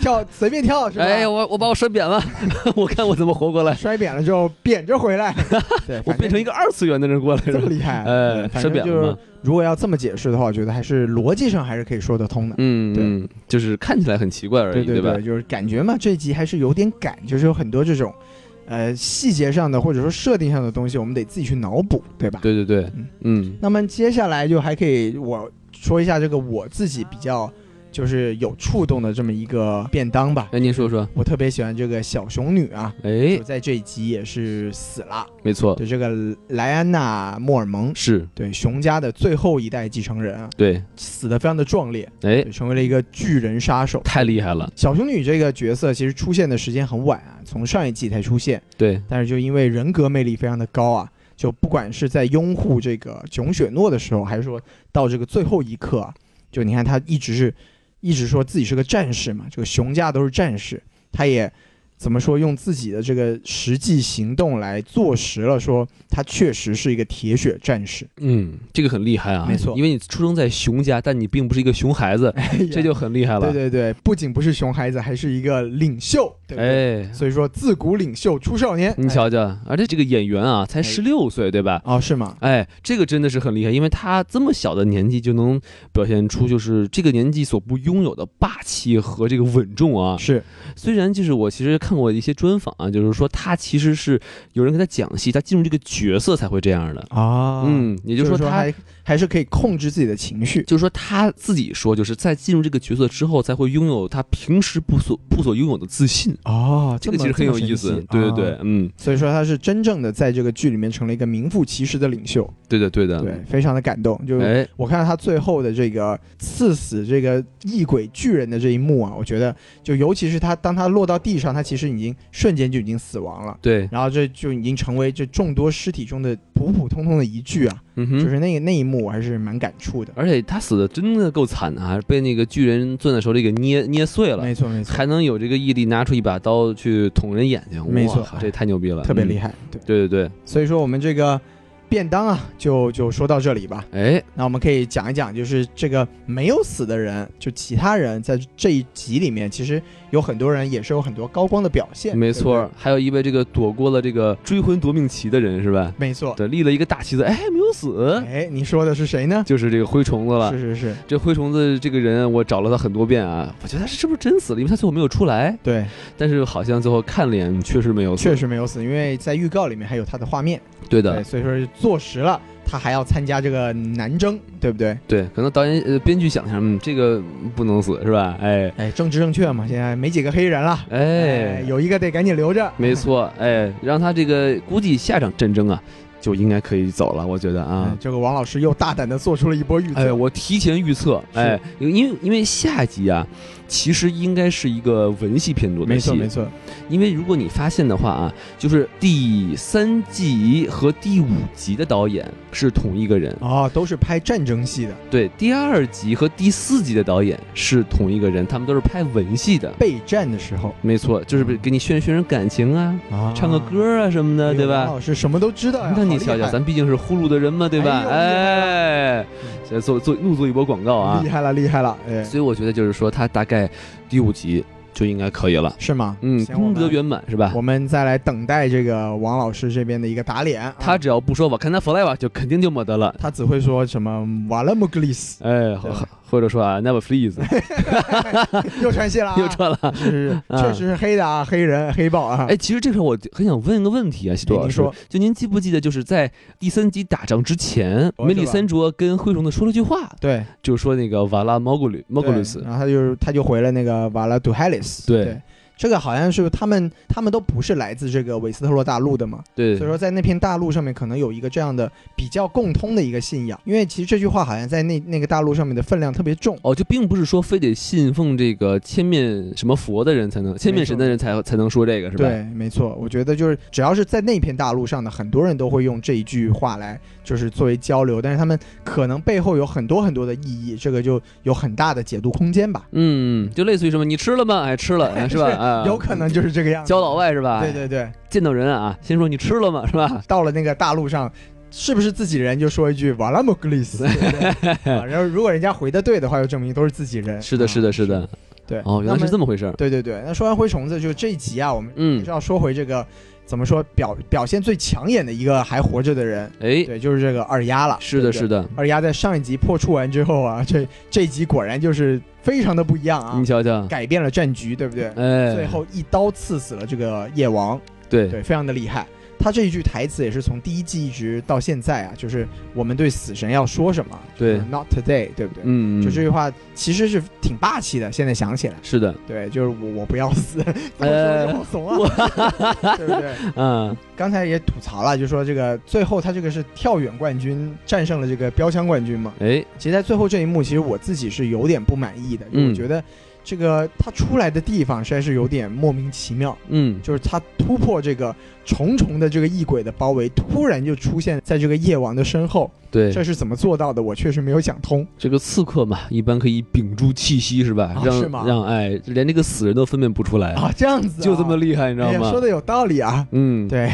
[SPEAKER 1] 跳随便跳是吧？
[SPEAKER 2] 哎，我我把我摔扁了， 我看我怎么活过来。
[SPEAKER 1] 摔扁了之后扁着 回来，对，
[SPEAKER 2] 我
[SPEAKER 1] 反正
[SPEAKER 2] 变成一个二次元的人过来
[SPEAKER 1] 这么
[SPEAKER 2] 了。
[SPEAKER 1] 厉 害，
[SPEAKER 2] 哎
[SPEAKER 1] 对反
[SPEAKER 2] 摔
[SPEAKER 1] 正
[SPEAKER 2] 扁
[SPEAKER 1] 就
[SPEAKER 2] 了
[SPEAKER 1] 是
[SPEAKER 2] 吗
[SPEAKER 1] 如果要这么解释的话，我觉得还是逻辑上还是可以说得通的。
[SPEAKER 2] 嗯，
[SPEAKER 1] 对
[SPEAKER 2] 嗯，就是看起来很奇怪而
[SPEAKER 1] 对
[SPEAKER 2] 已，
[SPEAKER 1] 对
[SPEAKER 2] 吧？
[SPEAKER 1] 就是感觉嘛，这集还是有点赶，就是有很多这种，呃，细节上的或者说设定上的东西，我们得自己去脑补，对吧？
[SPEAKER 2] 对对对
[SPEAKER 1] 嗯，
[SPEAKER 2] 嗯
[SPEAKER 1] 那么接下来就还可以我说一下这个我自己比较就是有触动的这么一个便当吧。
[SPEAKER 2] 哎那您说说，
[SPEAKER 1] 我特别喜欢这个小熊女啊，
[SPEAKER 2] 哎
[SPEAKER 1] 就，在这一集也是死了，
[SPEAKER 2] 没错，
[SPEAKER 1] 就这个莱安娜·莫尔蒙，
[SPEAKER 2] 是
[SPEAKER 1] 对熊家的最后一代继承人啊，
[SPEAKER 2] 对，
[SPEAKER 1] 死得非常的壮烈，
[SPEAKER 2] 哎
[SPEAKER 1] 对，成为了一个巨人杀手。
[SPEAKER 2] 太厉害了，
[SPEAKER 1] 小熊女这个角色其实出现的时间很晚啊，从上一季才出现，
[SPEAKER 2] 对，
[SPEAKER 1] 但是就因为人格魅力非常的高啊，就不管是在拥护这个囧雪诺的时候，还是说到这个最后一刻啊、就你看她一直是一直说自己是个战士嘛，这个熊家都是战士，她也怎么说用自己的这个实际行动来坐实了，说她确实是一个铁血战士，
[SPEAKER 2] 嗯，这个很厉害啊，
[SPEAKER 1] 没错哎
[SPEAKER 2] 因为你出生在熊家，但你并不是一个熊孩子， 这就很厉害
[SPEAKER 1] 对
[SPEAKER 2] 了，
[SPEAKER 1] 对对，不仅不是熊孩子，还是一个领袖，对不对？
[SPEAKER 2] 哎，
[SPEAKER 1] 所以说自古领袖出少年，
[SPEAKER 2] 你瞧瞧，而且这个演员啊，才
[SPEAKER 1] 哎
[SPEAKER 2] 十六岁，对吧？
[SPEAKER 1] 哎哦，是吗？
[SPEAKER 2] 哎，这个真的是很厉害，因为他这么小的年纪就能表现出就是这个年纪所不拥有的霸气和这个稳重啊。
[SPEAKER 1] 是，
[SPEAKER 2] 虽然就是我其实看过一些专访啊，就是说他其实是有人给他讲戏，他进入这个角色才会这样的。
[SPEAKER 1] 啊，，
[SPEAKER 2] 嗯，也就是说他。
[SPEAKER 1] 还还是可以控制自己的情绪，
[SPEAKER 2] 就是说他自己说，就是在进入这个角色之后，才会拥有他平时不所不所拥有的自信。
[SPEAKER 1] 哦，
[SPEAKER 2] 这个其实很有意思，对
[SPEAKER 1] 啊
[SPEAKER 2] 对对，嗯，
[SPEAKER 1] 所以说他是真正的在这个剧里面成了一个名副其实的领袖，
[SPEAKER 2] 对的对的，
[SPEAKER 1] 对，非常的感动。就
[SPEAKER 2] 嗯哎，
[SPEAKER 1] 我看到他最后的这个刺死这个异鬼巨人的这一幕啊，我觉得就尤其是他当他落到地上，他其实已经瞬间就已经死亡了。
[SPEAKER 2] 对，
[SPEAKER 1] 然后这就已经成为这众多尸体中的普普通通的一具啊，
[SPEAKER 2] 嗯
[SPEAKER 1] 就
[SPEAKER 2] 哼。
[SPEAKER 1] 是那个那一幕我还是蛮感触的。
[SPEAKER 2] 而且他死的真的够惨的啊，被那个巨人攥在手里给捏捏碎了，
[SPEAKER 1] 没错没错，
[SPEAKER 2] 还能有这个毅力拿出一把刀去捅人眼睛，
[SPEAKER 1] 没错
[SPEAKER 2] 哇靠这也太牛逼了，
[SPEAKER 1] 特别厉
[SPEAKER 2] 害。
[SPEAKER 1] 害。对，
[SPEAKER 2] 对对
[SPEAKER 1] 所以说我们这个便当啊，就就说到这里吧。
[SPEAKER 2] 对，哎，
[SPEAKER 1] 那我们可以讲一讲，就是这个没有死的人，就其他人在这一集里面，其实有很多人也是有很多高光的表现。对
[SPEAKER 2] 没
[SPEAKER 1] 不对
[SPEAKER 2] 错，，还有一位这个躲过了这个追魂夺命旗的人是吧？
[SPEAKER 1] 没错。
[SPEAKER 2] 对，立了一个大旗子，哎，没有死，
[SPEAKER 1] 哎，你说的是谁呢？
[SPEAKER 2] 就是这个灰虫子了。
[SPEAKER 1] 是是是，
[SPEAKER 2] 这灰虫子这个人，我找了他很多遍啊，我觉得他是不是真死了？因为他最后没有出来，
[SPEAKER 1] 对，
[SPEAKER 2] 但是好像最后看了眼，确实没有死。
[SPEAKER 1] 确，实没有死，因为在预告里面还有他的画面，
[SPEAKER 2] 对的
[SPEAKER 1] 对，，所以说是坐实了他还要参加这个南征，对不对？
[SPEAKER 2] 对，可能导演呃编剧想一下，嗯，这个不能死是吧？哎
[SPEAKER 1] 哎，政治正确嘛，现在没几个黑人了，
[SPEAKER 2] 哎，
[SPEAKER 1] 有一个得赶紧留着。
[SPEAKER 2] 没错，哎，让他这个估计下场战争啊，就应该可以走了，我觉得啊
[SPEAKER 1] 哎。这个王老师又大胆的做出了一波预测。
[SPEAKER 2] 哎，我提前预测，
[SPEAKER 1] 是
[SPEAKER 2] 哎，因为因为下集啊，其实应该是一个文戏偏多的
[SPEAKER 1] 没
[SPEAKER 2] 戏
[SPEAKER 1] 错，没错，
[SPEAKER 2] 因为如果你发现的话啊，就是第三季和第五集的导演是同一个人，
[SPEAKER 1] 哦，都是拍战争戏的
[SPEAKER 2] 对，第二集和第四集的导演是同一个人，他们都是拍文戏的。
[SPEAKER 1] 备战的时候
[SPEAKER 2] 没错，就是给你渲染渲染感情啊，
[SPEAKER 1] 啊，
[SPEAKER 2] 唱个歌啊什么
[SPEAKER 1] 哎
[SPEAKER 2] 的，
[SPEAKER 1] 呦
[SPEAKER 2] 对
[SPEAKER 1] 王
[SPEAKER 2] 吧？
[SPEAKER 1] 老师什么都知道呀，
[SPEAKER 2] 那你
[SPEAKER 1] 好厉
[SPEAKER 2] 瞧瞧，
[SPEAKER 1] 害
[SPEAKER 2] 咱毕竟是呼噜的人嘛，对吧？
[SPEAKER 1] 哎
[SPEAKER 2] 哎，这做做怒做一波广告啊
[SPEAKER 1] 厉！害了，厉害了，哎，
[SPEAKER 2] 所以我觉得就是说，他大概第五集就应该可以了，
[SPEAKER 1] 是吗？
[SPEAKER 2] 嗯，
[SPEAKER 1] 行我
[SPEAKER 2] 功德
[SPEAKER 1] 们
[SPEAKER 2] 圆满是吧？
[SPEAKER 1] 我们再来等待这个王老师这边的一个打脸啊。
[SPEAKER 2] 他只要不说我看他 fly 吧，就肯定就没得了。
[SPEAKER 1] 他只会说什么瓦勒姆格里 斯，
[SPEAKER 2] 哎，或
[SPEAKER 1] 对
[SPEAKER 2] 或者说啊 ，never freeze，
[SPEAKER 1] 又穿戏了、啊，
[SPEAKER 2] 又穿了。
[SPEAKER 1] 是是
[SPEAKER 2] 啊
[SPEAKER 1] 确实是黑的啊，黑人黑豹啊。
[SPEAKER 2] 哎，其实这时候我很想问个问题啊，西多
[SPEAKER 1] 哎
[SPEAKER 2] 老
[SPEAKER 1] 您
[SPEAKER 2] 师，
[SPEAKER 1] 说
[SPEAKER 2] 就您记不记得，就是在第三集打仗之前，
[SPEAKER 1] 哦
[SPEAKER 2] 梅里
[SPEAKER 1] 是吧
[SPEAKER 2] 三卓跟灰虫子说了句话，
[SPEAKER 1] 对，
[SPEAKER 2] 就说那个瓦拉毛古吕毛古
[SPEAKER 1] 对
[SPEAKER 2] 吕斯，
[SPEAKER 1] 然后他就他就回了那个瓦拉杜海里斯，
[SPEAKER 2] 对
[SPEAKER 1] 对。这个好像是他们，他们都不是来自这个韦斯特洛大陆的嘛，
[SPEAKER 2] 对
[SPEAKER 1] 所以，说在那片大陆上面可能有一个这样的比较共通的一个信仰，因为其实这句话好像在那那个大陆上面的分量特别重。
[SPEAKER 2] 哦，就并不是说非得信奉这个千面什么佛的人才能，千面神的人才才能说这个是吧？
[SPEAKER 1] 对，没错，我觉得就是只要是在那片大陆上的，很多人都会用这一句话来就是作为交流，但是他们可能背后有很多很多的意义，这个就有很大的解读空间吧。
[SPEAKER 2] 嗯，就类似于什么，你吃了吗？哎，吃了，哎是吧？啊，
[SPEAKER 1] 有可能就是这个样子。
[SPEAKER 2] 教老外是吧？
[SPEAKER 1] 对，对对，
[SPEAKER 2] 见到人啊，先说你吃了吗？是吧？
[SPEAKER 1] 到了那个大路上，是不是自己人就说一句瓦拉莫格里斯，对不 对啊然后如果人家回的对的话，就证明都是自己人。
[SPEAKER 2] 是的，
[SPEAKER 1] 啊
[SPEAKER 2] 是的，是。的。
[SPEAKER 1] 对，
[SPEAKER 2] 哦，原来是
[SPEAKER 1] 那么
[SPEAKER 2] 这么回事儿。
[SPEAKER 1] 对对对，那说完灰虫子，就这一集啊，我们
[SPEAKER 2] 嗯
[SPEAKER 1] 就是，要说回这个怎么说表表现最抢眼的一个还活着的人，
[SPEAKER 2] 哎，
[SPEAKER 1] 对，就是这个二丫了。
[SPEAKER 2] 是的，
[SPEAKER 1] 对
[SPEAKER 2] 是。的。
[SPEAKER 1] 对二丫在上一集破处完之后啊，这这一集果然就是非常的不一样啊
[SPEAKER 2] 你，瞧瞧，
[SPEAKER 1] 改变了战局，对不对？
[SPEAKER 2] 哎，
[SPEAKER 1] 最后一刀刺死了这个夜王，
[SPEAKER 2] 对
[SPEAKER 1] 对，非常的厉害。他这一句台词也是从第一季一直到现在啊，就是我们对死神要说什么，
[SPEAKER 2] 对
[SPEAKER 1] 就是，Not today，对不对？
[SPEAKER 2] 嗯，嗯
[SPEAKER 1] 就这句话其实是挺霸气的，现在想起来，
[SPEAKER 2] 是的，
[SPEAKER 1] 对，就是我我不要死， 我
[SPEAKER 2] 哎
[SPEAKER 1] 说就好怂啊，对不对？
[SPEAKER 2] 嗯，
[SPEAKER 1] 刚才也吐槽了，就说这个最后他这个是跳远冠军战胜了这个标枪冠军嘛。
[SPEAKER 2] 哎，
[SPEAKER 1] 其实，在最后这一幕，其实我自己是有点不满意的，就
[SPEAKER 2] 嗯
[SPEAKER 1] 我觉得这个他出来的地方实在是有点莫名其妙，
[SPEAKER 2] 嗯，
[SPEAKER 1] 就是他突破这个重重的这个异鬼的包围，突然就出现在这个夜王的身后，
[SPEAKER 2] 对，
[SPEAKER 1] 这是怎么做到的？我确实没有想通。
[SPEAKER 2] 这个刺客嘛，一般可以屏住气息是吧
[SPEAKER 1] 啊？
[SPEAKER 2] 让
[SPEAKER 1] 是吗
[SPEAKER 2] 让哎，连这个死人都分辨不出来，
[SPEAKER 1] 啊，这样子啊、
[SPEAKER 2] 哎就这么厉害，你知道
[SPEAKER 1] 哎呀，
[SPEAKER 2] 吗
[SPEAKER 1] 说？的有道理啊。
[SPEAKER 2] 嗯，
[SPEAKER 1] 对，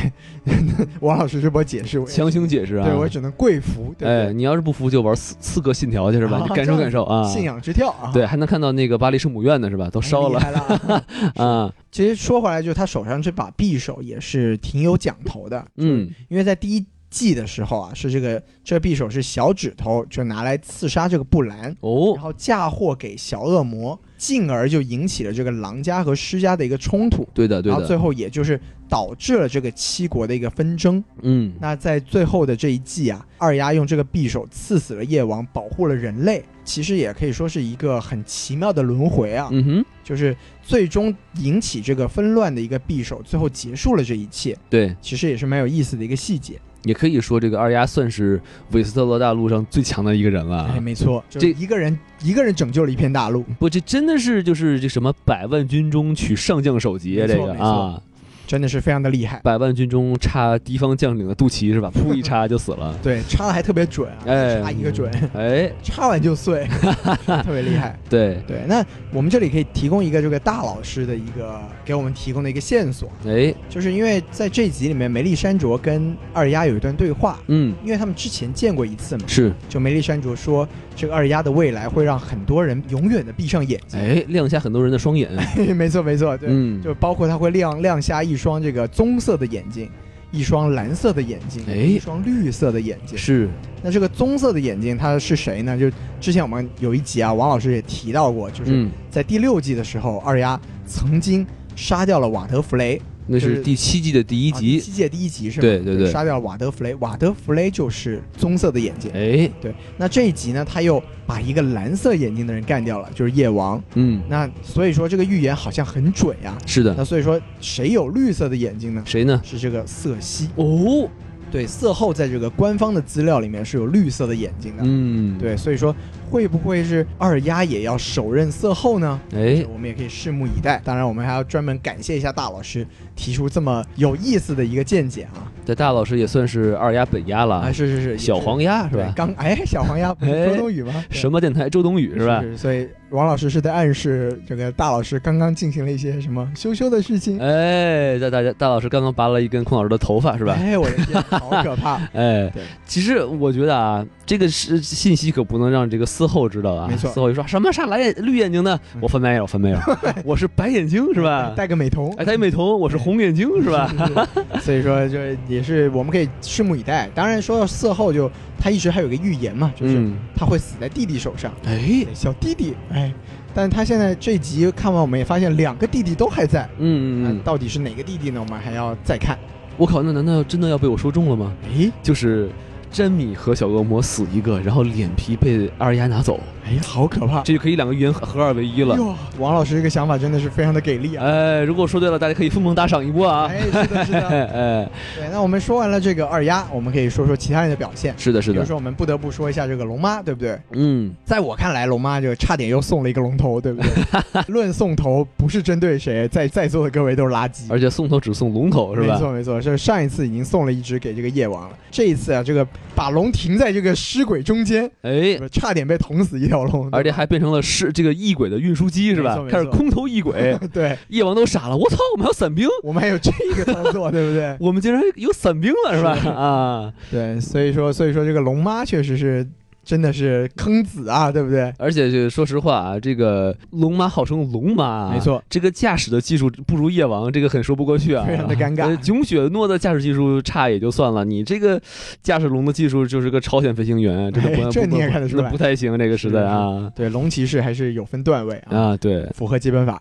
[SPEAKER 1] 王老师这波解释我也，
[SPEAKER 2] 强行解释啊。
[SPEAKER 1] 对我只能跪服，对不对？
[SPEAKER 2] 哎，你要是不服，就玩刺刺客信条去是吧？
[SPEAKER 1] 啊
[SPEAKER 2] 你感受感受啊。
[SPEAKER 1] 信仰之跳啊，
[SPEAKER 2] 对，还能看到那个巴黎圣母院呢是吧？都
[SPEAKER 1] 哎
[SPEAKER 2] 烧
[SPEAKER 1] 厉
[SPEAKER 2] 了
[SPEAKER 1] 害了啊。
[SPEAKER 2] 啊。
[SPEAKER 1] 其实说回来，就是他手上这把匕首也是挺有讲头的，
[SPEAKER 2] 嗯，
[SPEAKER 1] 因为在第一季的时候啊，是这个这匕首是小指头就拿来刺杀这个布兰，然
[SPEAKER 2] 哦，
[SPEAKER 1] 后嫁祸给小恶魔，进而就引起了这个狼家和施家的一个冲突。
[SPEAKER 2] 对的对
[SPEAKER 1] 然后最
[SPEAKER 2] 的，
[SPEAKER 1] 后也就是导致了这个七国的一个纷争。
[SPEAKER 2] 嗯，
[SPEAKER 1] 那在最后的这一季啊，二丫用这个匕首刺死了夜王，保护了人类，其实也可以说是一个很奇妙的轮回啊。
[SPEAKER 2] 嗯哼，
[SPEAKER 1] 就是最终引起这个纷乱的一个匕首，最后结束了这一切，
[SPEAKER 2] 对，
[SPEAKER 1] 其实也是蛮有意思的一个细节。
[SPEAKER 2] 也可以说这个二丫算是韦斯特罗大陆上最强的一个人了
[SPEAKER 1] 哎，
[SPEAKER 2] 啊。
[SPEAKER 1] 没错，就
[SPEAKER 2] 这嗯
[SPEAKER 1] 一个人一个人拯救了一片大陆，
[SPEAKER 2] 不，这真的是就是这什么百万军中取上将首级啊，
[SPEAKER 1] 没
[SPEAKER 2] 这
[SPEAKER 1] 错
[SPEAKER 2] 个
[SPEAKER 1] 没错
[SPEAKER 2] 啊，
[SPEAKER 1] 真的是非常的厉害。。
[SPEAKER 2] 百万军中插敌方将领的肚脐是吧？噗一插就死了
[SPEAKER 1] 对，插的还特别准啊，
[SPEAKER 2] 哎
[SPEAKER 1] 插一个准，
[SPEAKER 2] 哎，
[SPEAKER 1] 插完就 碎，特别厉害。
[SPEAKER 2] 对，
[SPEAKER 1] 对，那我们这里可以提供一个这个大老师的一个给我们提供的一个线索，啊
[SPEAKER 2] 哎，
[SPEAKER 1] 就是因为在这集里面，梅丽珊卓跟二丫有一段对话，
[SPEAKER 2] 嗯，
[SPEAKER 1] 因为他们之前见过一次嘛，
[SPEAKER 2] 是，
[SPEAKER 1] 就梅丽珊卓说这个二丫的未来会让很多人永远的闭上眼睛。
[SPEAKER 2] 哎，亮瞎很多人的双眼。啊
[SPEAKER 1] 哎没错没错，对，
[SPEAKER 2] 嗯，
[SPEAKER 1] 就包括它会亮亮瞎一双这个棕色的眼睛，一双蓝色的眼睛，
[SPEAKER 2] 哎
[SPEAKER 1] 一双绿色的眼睛。
[SPEAKER 2] 是，
[SPEAKER 1] 那这个棕色的眼睛它是谁呢？就之前我们有一集啊，王老师也提到过，就是
[SPEAKER 2] 嗯，
[SPEAKER 1] 在第六季的时候，二丫曾经杀掉了瓦德弗雷，
[SPEAKER 2] 那
[SPEAKER 1] 就是
[SPEAKER 2] 第七季的第一
[SPEAKER 1] 一
[SPEAKER 2] 集。
[SPEAKER 1] 七届第一集是吗？
[SPEAKER 2] 对对对
[SPEAKER 1] 杀掉了瓦德弗雷，瓦德弗雷就是棕色的眼睛。
[SPEAKER 2] 哎，
[SPEAKER 1] 对，那这一集呢，他又把一个蓝色眼睛的人干掉了，就是夜王。
[SPEAKER 2] 嗯，
[SPEAKER 1] 那所以说这个预言好像很准呀、
[SPEAKER 2] 是的，
[SPEAKER 1] 那所以说，谁有绿色的眼睛呢？
[SPEAKER 2] 谁呢？
[SPEAKER 1] 是这个色西。
[SPEAKER 2] 哦，
[SPEAKER 1] 对，色后在这个官方的资料里面是有绿色的眼睛的。
[SPEAKER 2] 嗯，，
[SPEAKER 1] 对，所以说会不会是二丫也要手刃色后呢？
[SPEAKER 2] 哎，
[SPEAKER 1] 我们也可以拭目以待。当然，我们还要专门感谢一下大老师提出这么有意思的一个见解啊！
[SPEAKER 2] 这大老师也算是二丫本丫了
[SPEAKER 1] 啊，，是是是，也是
[SPEAKER 2] 小黄鸭是
[SPEAKER 1] 对
[SPEAKER 2] 吧？
[SPEAKER 1] 刚哎，小黄鸭不是
[SPEAKER 2] 哎
[SPEAKER 1] 周冬雨吗？对
[SPEAKER 2] 什么电台？周冬雨是吧？
[SPEAKER 1] 是所以王老师是在暗示这个大老师刚刚进行了一些什么羞羞的事情，
[SPEAKER 2] 哎，大大家大老师刚刚拔了一根孔老师的头发是吧？
[SPEAKER 1] 哎，我的天，好可怕！
[SPEAKER 2] 哎
[SPEAKER 1] 对，
[SPEAKER 2] 其实我觉得啊，这个是信息可不能让这个丝后知道啊。
[SPEAKER 1] 没错
[SPEAKER 2] 丝后就说什么啥蓝眼绿眼睛的，
[SPEAKER 1] 嗯
[SPEAKER 2] 我翻白眼，我翻白眼， 我是白眼 睛是吧？
[SPEAKER 1] 戴个美瞳，
[SPEAKER 2] 哎，戴美瞳，我是红眼睛是吧？
[SPEAKER 1] 是？所以说，就是也是我们可以拭目以待。当然，说到色后就，他一直还有个预言嘛，就是
[SPEAKER 2] 嗯，
[SPEAKER 1] 他会死在弟弟手上，
[SPEAKER 2] 哎，
[SPEAKER 1] 对小弟弟，哎，但他现在这集看完，我们也发现两个弟弟都还在。
[SPEAKER 2] 嗯
[SPEAKER 1] 那
[SPEAKER 2] 嗯嗯，
[SPEAKER 1] 到底是哪个弟弟呢？我们还要再看。
[SPEAKER 2] 我靠，那难道真的要被我说中了吗？
[SPEAKER 1] 哎，
[SPEAKER 2] 就是詹米和小恶魔死一个，然后脸皮被二丫拿走，
[SPEAKER 1] 哎，好可怕！
[SPEAKER 2] 这就可以两个预言合合二为一了。
[SPEAKER 1] 哟，王老师这个想法真的是非常的给力啊！
[SPEAKER 2] 哎，如果说对了，大家可以疯狂打赏一波啊！
[SPEAKER 1] 哎，是的，是
[SPEAKER 2] 哎
[SPEAKER 1] 的。
[SPEAKER 2] 哎，
[SPEAKER 1] 对，那我们说完了这个二 丫，我们可以说说其他人的表现。
[SPEAKER 2] 是的，是
[SPEAKER 1] 比如
[SPEAKER 2] 的，
[SPEAKER 1] 说，我们不得不说一下这个龙妈，对不对？
[SPEAKER 2] 嗯，
[SPEAKER 1] 在我看来，龙妈就差点又送了一个龙头，对不 对？论送头不是针对谁，在在座的各位都是垃圾，
[SPEAKER 2] 而且送头只送龙头是
[SPEAKER 1] 没
[SPEAKER 2] 吧？
[SPEAKER 1] 错没错，是上一次已经送了一只给这个夜王了，这一次啊，这个把龙停在这个尸鬼中间，
[SPEAKER 2] 哎，
[SPEAKER 1] 差点被捅死一条龙，
[SPEAKER 2] 而且还变成了是这个异轨的运输机是
[SPEAKER 1] 没
[SPEAKER 2] 吧
[SPEAKER 1] 错？没
[SPEAKER 2] 开始
[SPEAKER 1] 错
[SPEAKER 2] 空投 异轨，
[SPEAKER 1] 对
[SPEAKER 2] 夜王都傻了，我操，我们还有伞兵，
[SPEAKER 1] 我们还有这个操作，对不对？
[SPEAKER 2] 我们竟然有伞兵了是吧？
[SPEAKER 1] 是
[SPEAKER 2] 啊，
[SPEAKER 1] 对，所以说所以说这个龙妈确实是真的是坑子啊，对不对？
[SPEAKER 2] 而且就说实话啊，这个龙妈号称龙妈啊，
[SPEAKER 1] 没错
[SPEAKER 2] 这个驾驶的技术不如夜王，这个很说不过去啊，
[SPEAKER 1] 非常的尴尬
[SPEAKER 2] 呃囧雪诺的驾驶技术差也就算了，你这个驾驶龙的技术就是个朝鲜飞 行员，真的不、
[SPEAKER 1] 哎
[SPEAKER 2] 不
[SPEAKER 1] 这你也
[SPEAKER 2] 不
[SPEAKER 1] 看得出来
[SPEAKER 2] 那不太行，这个
[SPEAKER 1] 是
[SPEAKER 2] 实在啊
[SPEAKER 1] 对，龙骑士还是有分段位啊，
[SPEAKER 2] 啊，对，
[SPEAKER 1] 符合基本 法。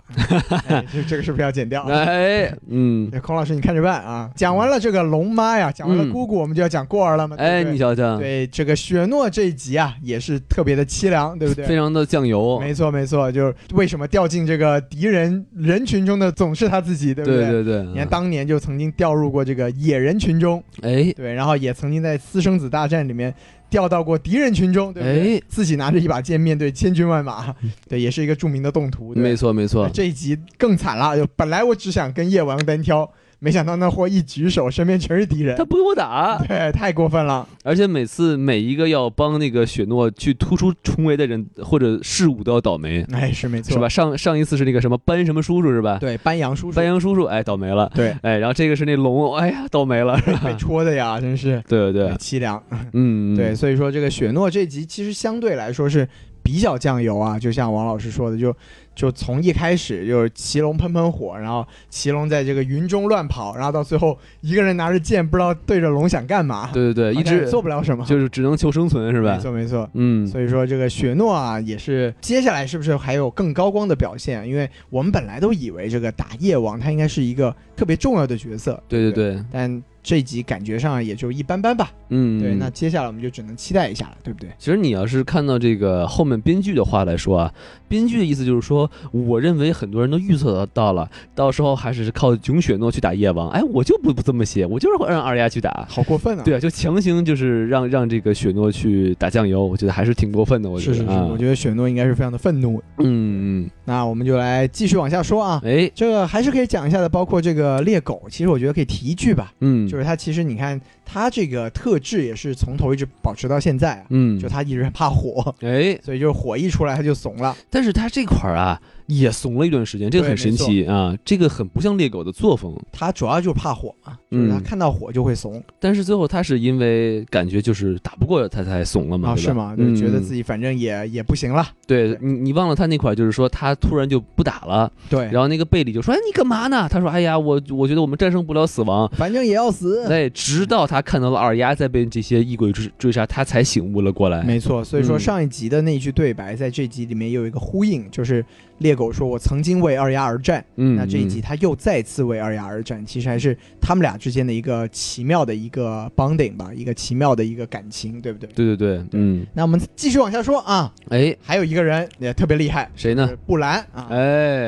[SPEAKER 1] 哎这这个是不是要剪掉？
[SPEAKER 2] 哎，嗯。
[SPEAKER 1] 对孔老师，你看着办啊！讲完了这个龙妈呀，讲完了
[SPEAKER 2] 嗯
[SPEAKER 1] 姑姑，我们就要讲过儿了嘛。对不
[SPEAKER 2] 哎，
[SPEAKER 1] 对
[SPEAKER 2] 你瞧瞧，
[SPEAKER 1] 对这个雪诺这一集啊，也是特别的凄凉，对不
[SPEAKER 2] 非
[SPEAKER 1] 对？
[SPEAKER 2] 常的酱油，
[SPEAKER 1] 没错，没错，就是为什么掉进这个敌人 人群中的总是他自己，对不
[SPEAKER 2] 对对对，
[SPEAKER 1] 你看，当年就曾经掉入过这个野人群中，
[SPEAKER 2] 哎，
[SPEAKER 1] 对，然后也曾经在私生子大战里面掉到过敌人群中，对不对？
[SPEAKER 2] 哎嗯
[SPEAKER 1] 自己拿着一把剑面对千军万马，对，也是一个著名的动图，对哎
[SPEAKER 2] 没错没错，
[SPEAKER 1] 这一集更惨了，就本来我只想跟夜王单挑，没想到那货一举手，身边全是敌人
[SPEAKER 2] 他，不给我打，
[SPEAKER 1] 对，太过分了。
[SPEAKER 2] 而且每次每一个要帮那个雪诺去突出重围的人或者事物都要倒霉，
[SPEAKER 1] 哎，是没错，
[SPEAKER 2] 是吧？？上上一次是那个什么班什么叔叔是吧？
[SPEAKER 1] 对，班扬叔叔
[SPEAKER 2] 班，扬叔叔，哎，倒霉了，
[SPEAKER 1] 对，
[SPEAKER 2] 哎，然后这个是那龙，哎呀，倒霉了，是
[SPEAKER 1] 被
[SPEAKER 2] 吧？
[SPEAKER 1] 戳的呀，真是
[SPEAKER 2] 对对对，
[SPEAKER 1] 凄凉。
[SPEAKER 2] 嗯，
[SPEAKER 1] 对，，所以说这个雪诺这集其实相对来说是比较酱油啊，就像王老师说的，就就从一开始就是骑龙喷喷火，然后骑龙在这个云中乱跑，然后到最后一个人拿着剑，不知道对着龙想干嘛，
[SPEAKER 2] 对对对，一
[SPEAKER 1] 好像也
[SPEAKER 2] 直
[SPEAKER 1] 做不了什么，
[SPEAKER 2] 就是只能求生存，是
[SPEAKER 1] 没
[SPEAKER 2] 吧？
[SPEAKER 1] 错没错。
[SPEAKER 2] 嗯，
[SPEAKER 1] 所以说这个雪诺啊，也是接下来是不是还有更高光的表现？因为我们本来都以为这个打夜王他应该是一个特别重要的角色，
[SPEAKER 2] 对
[SPEAKER 1] 不对，
[SPEAKER 2] 对，
[SPEAKER 1] 但这集感觉上也就一般般吧。
[SPEAKER 2] 嗯，
[SPEAKER 1] 对，那接下来我们就只能期待一下了，对不对？
[SPEAKER 2] 其实你要是看到这个后面编剧的话来说啊，编剧的意思就是说，我认为很多人都预测得到了，到时候还是靠囧雪诺去打夜王。哎，我就不不这么写，我就是会让二丫去打。
[SPEAKER 1] 好过分啊！
[SPEAKER 2] 对啊，就强行就是让让这个雪诺去打酱油，我觉得还是挺过分的。我觉
[SPEAKER 1] 是
[SPEAKER 2] 得
[SPEAKER 1] 是是，
[SPEAKER 2] 啊
[SPEAKER 1] 我觉得雪诺应该是非常的愤怒。
[SPEAKER 2] 嗯
[SPEAKER 1] 那我们就来继续往下说啊
[SPEAKER 2] 嗯，，哎
[SPEAKER 1] 这个还是可以讲一下的，包括这个猎狗，其实我觉得可以提一句吧，
[SPEAKER 2] 嗯，
[SPEAKER 1] 就是它其实你看它这个特质也是从头一直保持到现在啊，
[SPEAKER 2] 嗯
[SPEAKER 1] 就它一直怕火，
[SPEAKER 2] 哎，
[SPEAKER 1] 所以就是火一出来它就怂了，
[SPEAKER 2] 但是他这块儿啊也怂了一段时间，这个
[SPEAKER 1] 对
[SPEAKER 2] 很神
[SPEAKER 1] 没错
[SPEAKER 2] 奇啊，这个很不像猎狗的作风。
[SPEAKER 1] 它主要就是怕火嘛，就是它
[SPEAKER 2] 嗯
[SPEAKER 1] 看到火就会怂
[SPEAKER 2] 但是最后他是因为感觉就是打不过他才怂了嘛，
[SPEAKER 1] 啊，
[SPEAKER 2] 对吧
[SPEAKER 1] 是吗？就觉得
[SPEAKER 2] 嗯
[SPEAKER 1] 自己反正也也不行了，
[SPEAKER 2] 对
[SPEAKER 1] 对
[SPEAKER 2] 你，你忘了他那块儿就是说他突然就不打了，
[SPEAKER 1] 对，
[SPEAKER 2] 然后那个贝里就说：“哎，你干嘛呢？”他说：“哎呀，我我觉得我们战胜不了死亡。
[SPEAKER 1] 反正也要”死。
[SPEAKER 2] 哎，直到他看到了二丫在被这些异鬼追追杀，他才醒悟了过来。
[SPEAKER 1] 没错，所以说
[SPEAKER 2] 嗯
[SPEAKER 1] 上一集的那一句对白，在这集里面也有一个呼应，就是猎狗说：“我曾经为二丫而战。”
[SPEAKER 2] 嗯，
[SPEAKER 1] 那这一
[SPEAKER 2] 嗯
[SPEAKER 1] 集他又再次为二丫而战，其实还是他们俩之间的一个奇妙的一个 bonding 吧，一个奇妙的一个感情，对不对？
[SPEAKER 2] 对对对，嗯，
[SPEAKER 1] 那我们继续往下说啊，
[SPEAKER 2] 哎，
[SPEAKER 1] 还有一个人也特别厉害，
[SPEAKER 2] 谁
[SPEAKER 1] 就
[SPEAKER 2] 呢
[SPEAKER 1] 是？布兰啊，
[SPEAKER 2] 嗯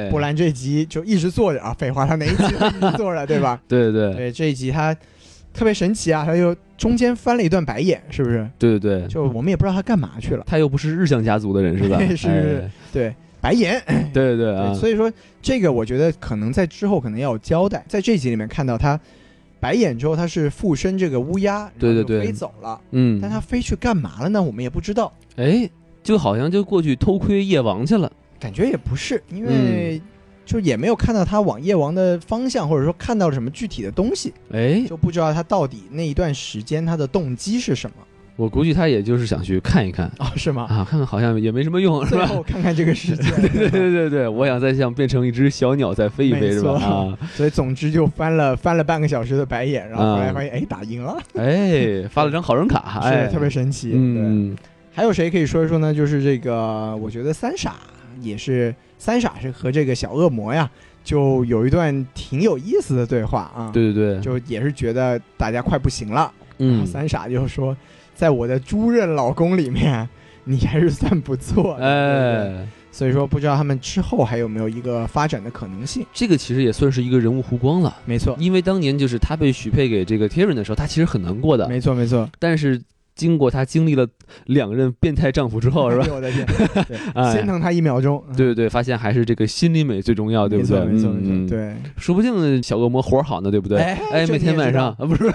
[SPEAKER 2] 哎，
[SPEAKER 1] 布兰这一集就一直坐着啊，废话，他哪一集都一直坐 着，对吧？
[SPEAKER 2] 对对对
[SPEAKER 1] 对，这一集他特别神奇啊，他又中间翻了一段白眼，是不是？
[SPEAKER 2] 对对对，
[SPEAKER 1] 就我们也不知道他干嘛去了，
[SPEAKER 2] 他又不是日向家族的人是吧？
[SPEAKER 1] 是是是对，白眼，
[SPEAKER 2] 哎，对对对啊
[SPEAKER 1] 对，，所以说这个我觉得可能在之后可能要有交代，在这集里面看到他白眼之后，他是附身这个乌鸦，
[SPEAKER 2] 对
[SPEAKER 1] 然后就
[SPEAKER 2] 对对
[SPEAKER 1] 飞走了，
[SPEAKER 2] 嗯，
[SPEAKER 1] 但他飞去干嘛了呢？我们也不知道，
[SPEAKER 2] 哎，就好像就过去偷窥夜王去了。
[SPEAKER 1] 感觉也不是，因
[SPEAKER 2] 嗯
[SPEAKER 1] 为就也没有看到他往夜王的方向，或者说看到了什么具体的东西，
[SPEAKER 2] 哎，
[SPEAKER 1] 就不知道他到底那一段时间他的动机是 什么
[SPEAKER 2] 我估计他也就是想去看一看
[SPEAKER 1] 啊、是吗？
[SPEAKER 2] 啊，看看好像也没什么用，是
[SPEAKER 1] 最
[SPEAKER 2] 吧？
[SPEAKER 1] 后看看这个世界，
[SPEAKER 2] 对对对对，我想再想变成一只小鸟再飞一飞
[SPEAKER 1] 没
[SPEAKER 2] 是
[SPEAKER 1] 错
[SPEAKER 2] 吧？啊，
[SPEAKER 1] 所以总之就翻了翻了半个小时的白眼，然后后来
[SPEAKER 2] 嗯
[SPEAKER 1] 发现哎打赢了，
[SPEAKER 2] 哎，发了张好人卡，
[SPEAKER 1] 是
[SPEAKER 2] 哎，
[SPEAKER 1] 特别神奇，对。
[SPEAKER 2] 嗯，
[SPEAKER 1] 还有谁可以说一说呢？就是这个，我觉得三傻也是三傻是和这个小恶魔呀，就有一段挺有意思的对话啊。，
[SPEAKER 2] 对对对，
[SPEAKER 1] 就也是觉得大家快不行了，然后
[SPEAKER 2] 嗯，
[SPEAKER 1] 三傻就说，在我的猪任老公里面，你还是算不错的。对不对，
[SPEAKER 2] 哎，
[SPEAKER 1] 所以说不知道他们之后还有没有一个发展的可能性。
[SPEAKER 2] 这个其实也算是一个人物弧光了，
[SPEAKER 1] 没错，
[SPEAKER 2] 因为当年就是他被许配给这个 Tyrion 的时候，他其实很难过的，
[SPEAKER 1] 没错，没错，
[SPEAKER 2] 但是经过她经历了两任变态丈夫之哦 后，是吧？
[SPEAKER 1] 哎呦我的天，对
[SPEAKER 2] 哎
[SPEAKER 1] 心疼他一秒钟，
[SPEAKER 2] 对对对，发现还是这个心理美最重要，对
[SPEAKER 1] 没
[SPEAKER 2] 不
[SPEAKER 1] 错
[SPEAKER 2] 对？
[SPEAKER 1] 没错没
[SPEAKER 2] 嗯
[SPEAKER 1] 错，，对，
[SPEAKER 2] 说不定小恶魔活儿好呢，对不对？
[SPEAKER 1] 哎
[SPEAKER 2] 哎，
[SPEAKER 1] 这
[SPEAKER 2] 每
[SPEAKER 1] 你也
[SPEAKER 2] 天晚
[SPEAKER 1] 知
[SPEAKER 2] 上
[SPEAKER 1] 道
[SPEAKER 2] 啊，不是，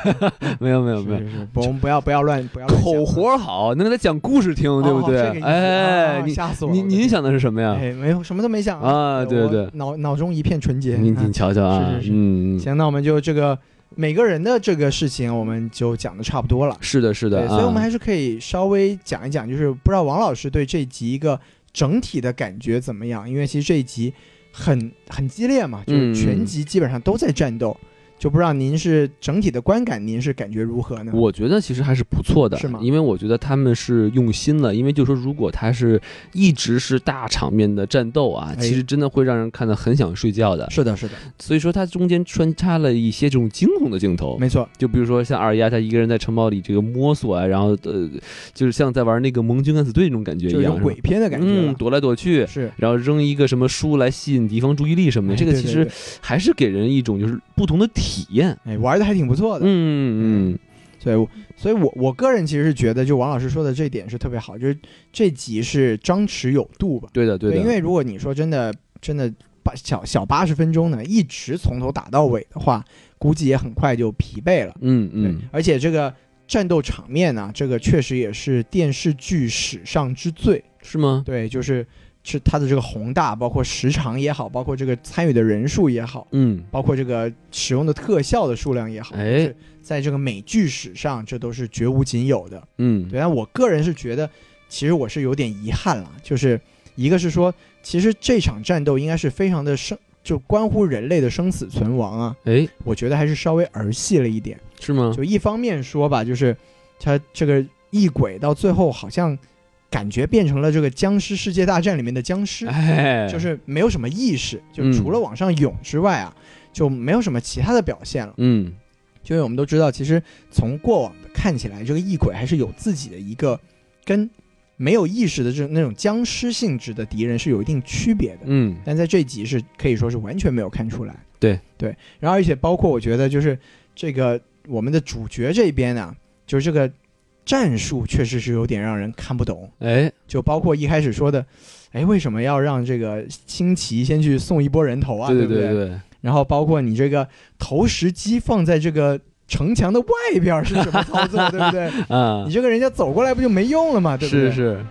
[SPEAKER 2] 没有没有没有，
[SPEAKER 1] 是是是，不我们不要不要乱不要乱
[SPEAKER 2] 口
[SPEAKER 1] 想
[SPEAKER 2] 活儿好，能给他讲故事听，
[SPEAKER 1] 哦
[SPEAKER 2] 对不对
[SPEAKER 1] 这个意？思
[SPEAKER 2] 哎
[SPEAKER 1] 啊，
[SPEAKER 2] 你
[SPEAKER 1] 吓死我了，
[SPEAKER 2] 你
[SPEAKER 1] 我的
[SPEAKER 2] 您
[SPEAKER 1] 天
[SPEAKER 2] 想的是什么呀？
[SPEAKER 1] 哎，没有什么都没想
[SPEAKER 2] 啊对
[SPEAKER 1] 我
[SPEAKER 2] 对
[SPEAKER 1] 脑脑中一片纯洁，
[SPEAKER 2] 你
[SPEAKER 1] 啊
[SPEAKER 2] 你瞧瞧啊
[SPEAKER 1] 是，是是
[SPEAKER 2] 嗯，嗯
[SPEAKER 1] 行，那我们就这个每个人的这个事情，我们就讲的差不多了。
[SPEAKER 2] 是的，是的
[SPEAKER 1] 对，，所以
[SPEAKER 2] 啊
[SPEAKER 1] 我们还是可以稍微讲一讲，就是不知道王老师对这一集一个整体的感觉怎么样？因为其实这一集很很激烈嘛，就是
[SPEAKER 2] 嗯
[SPEAKER 1] 全集基本上都在战斗，就不知道您是整体的观感，您是感觉如何呢？
[SPEAKER 2] 我觉得其实还是不错的，
[SPEAKER 1] 嗯是吗
[SPEAKER 2] 因为我觉得他们是用心了，因为就说如果他是一直是大场面的战斗啊，
[SPEAKER 1] 哎
[SPEAKER 2] 其实真的会让人看得很想睡觉的。
[SPEAKER 1] 是的，是的，
[SPEAKER 2] 所以说它中间穿插了一些这种惊恐的镜头，
[SPEAKER 1] 没错，
[SPEAKER 2] 就比如说像二丫她一个人在城堡里这个摸索啊，然后呃，就是像在玩那个盟军敢死队那种感觉
[SPEAKER 1] 就
[SPEAKER 2] 一
[SPEAKER 1] 有
[SPEAKER 2] 样，
[SPEAKER 1] 种鬼片的感觉
[SPEAKER 2] 嗯，
[SPEAKER 1] 了。
[SPEAKER 2] 躲来躲去。
[SPEAKER 1] 是，
[SPEAKER 2] 然后扔一个什么书来吸引敌方注意力什么的，
[SPEAKER 1] 哎
[SPEAKER 2] 这个
[SPEAKER 1] 对
[SPEAKER 2] 其
[SPEAKER 1] 对
[SPEAKER 2] 实
[SPEAKER 1] 对
[SPEAKER 2] 还是给人一种就是不同的体验。
[SPEAKER 1] 哎，玩的还挺不错的。
[SPEAKER 2] 嗯嗯
[SPEAKER 1] 所以我，所以我我个人其实是觉得，就王老师说的这一点是特别好，就是这集是张弛有度吧。
[SPEAKER 2] 对的对的，
[SPEAKER 1] 因为如果你说真的真的八小小八十分钟呢，一直从头打到尾的话，估计也很快就疲惫了。
[SPEAKER 2] 嗯
[SPEAKER 1] 对，
[SPEAKER 2] 嗯
[SPEAKER 1] 而且这个战斗场面呢、这个确实也是电视剧史上之最。
[SPEAKER 2] 是吗？
[SPEAKER 1] 对，就是是它的这个宏大，包括时长也好，包括这个参与的人数也好，
[SPEAKER 2] 嗯，
[SPEAKER 1] 包括这个使用的特效的数量也好，
[SPEAKER 2] 哎
[SPEAKER 1] 是在这个美剧史上，这都是绝无仅有的。
[SPEAKER 2] 嗯，
[SPEAKER 1] 对，但我个人是觉得，其实我是有点遗憾了，就是一个是说，其实这场战斗应该是非常的生，就关乎人类的生死存亡啊，
[SPEAKER 2] 哎，
[SPEAKER 1] 我觉得还是稍微儿戏了一点。
[SPEAKER 2] 是吗？
[SPEAKER 1] 就一方面说吧，就是他这个异鬼到最后好像感觉变成了这个僵尸世界大战里面的僵尸，
[SPEAKER 2] 哎，
[SPEAKER 1] 就是没有什么意识，就
[SPEAKER 2] 嗯
[SPEAKER 1] 除了往上涌之外啊，就没有什么其他的表现了。
[SPEAKER 2] 嗯，
[SPEAKER 1] 就因为我们都知道，其实从过往的看起来，这个异鬼还是有自己的一个跟没有意识的这种那种僵尸性质的敌人是有一定区别的。
[SPEAKER 2] 嗯
[SPEAKER 1] 但在这集是可以说是完全没有看出来。
[SPEAKER 2] 对
[SPEAKER 1] 对，然后而且包括我觉得就是这个我们的主角这边啊，就是这个战术确实是有点让人看不懂。
[SPEAKER 2] 哎，
[SPEAKER 1] 就包括一开始说的，哎，为什么要让这个新奇先去送一波人头啊？
[SPEAKER 2] 对
[SPEAKER 1] 不
[SPEAKER 2] 对对，
[SPEAKER 1] 然后包括你这个投石机放在这个城墙的外边儿是什么操作，对不 对？
[SPEAKER 2] 啊
[SPEAKER 1] 你，这个人家走过来不就没用了嘛，对不对？
[SPEAKER 2] 是。是，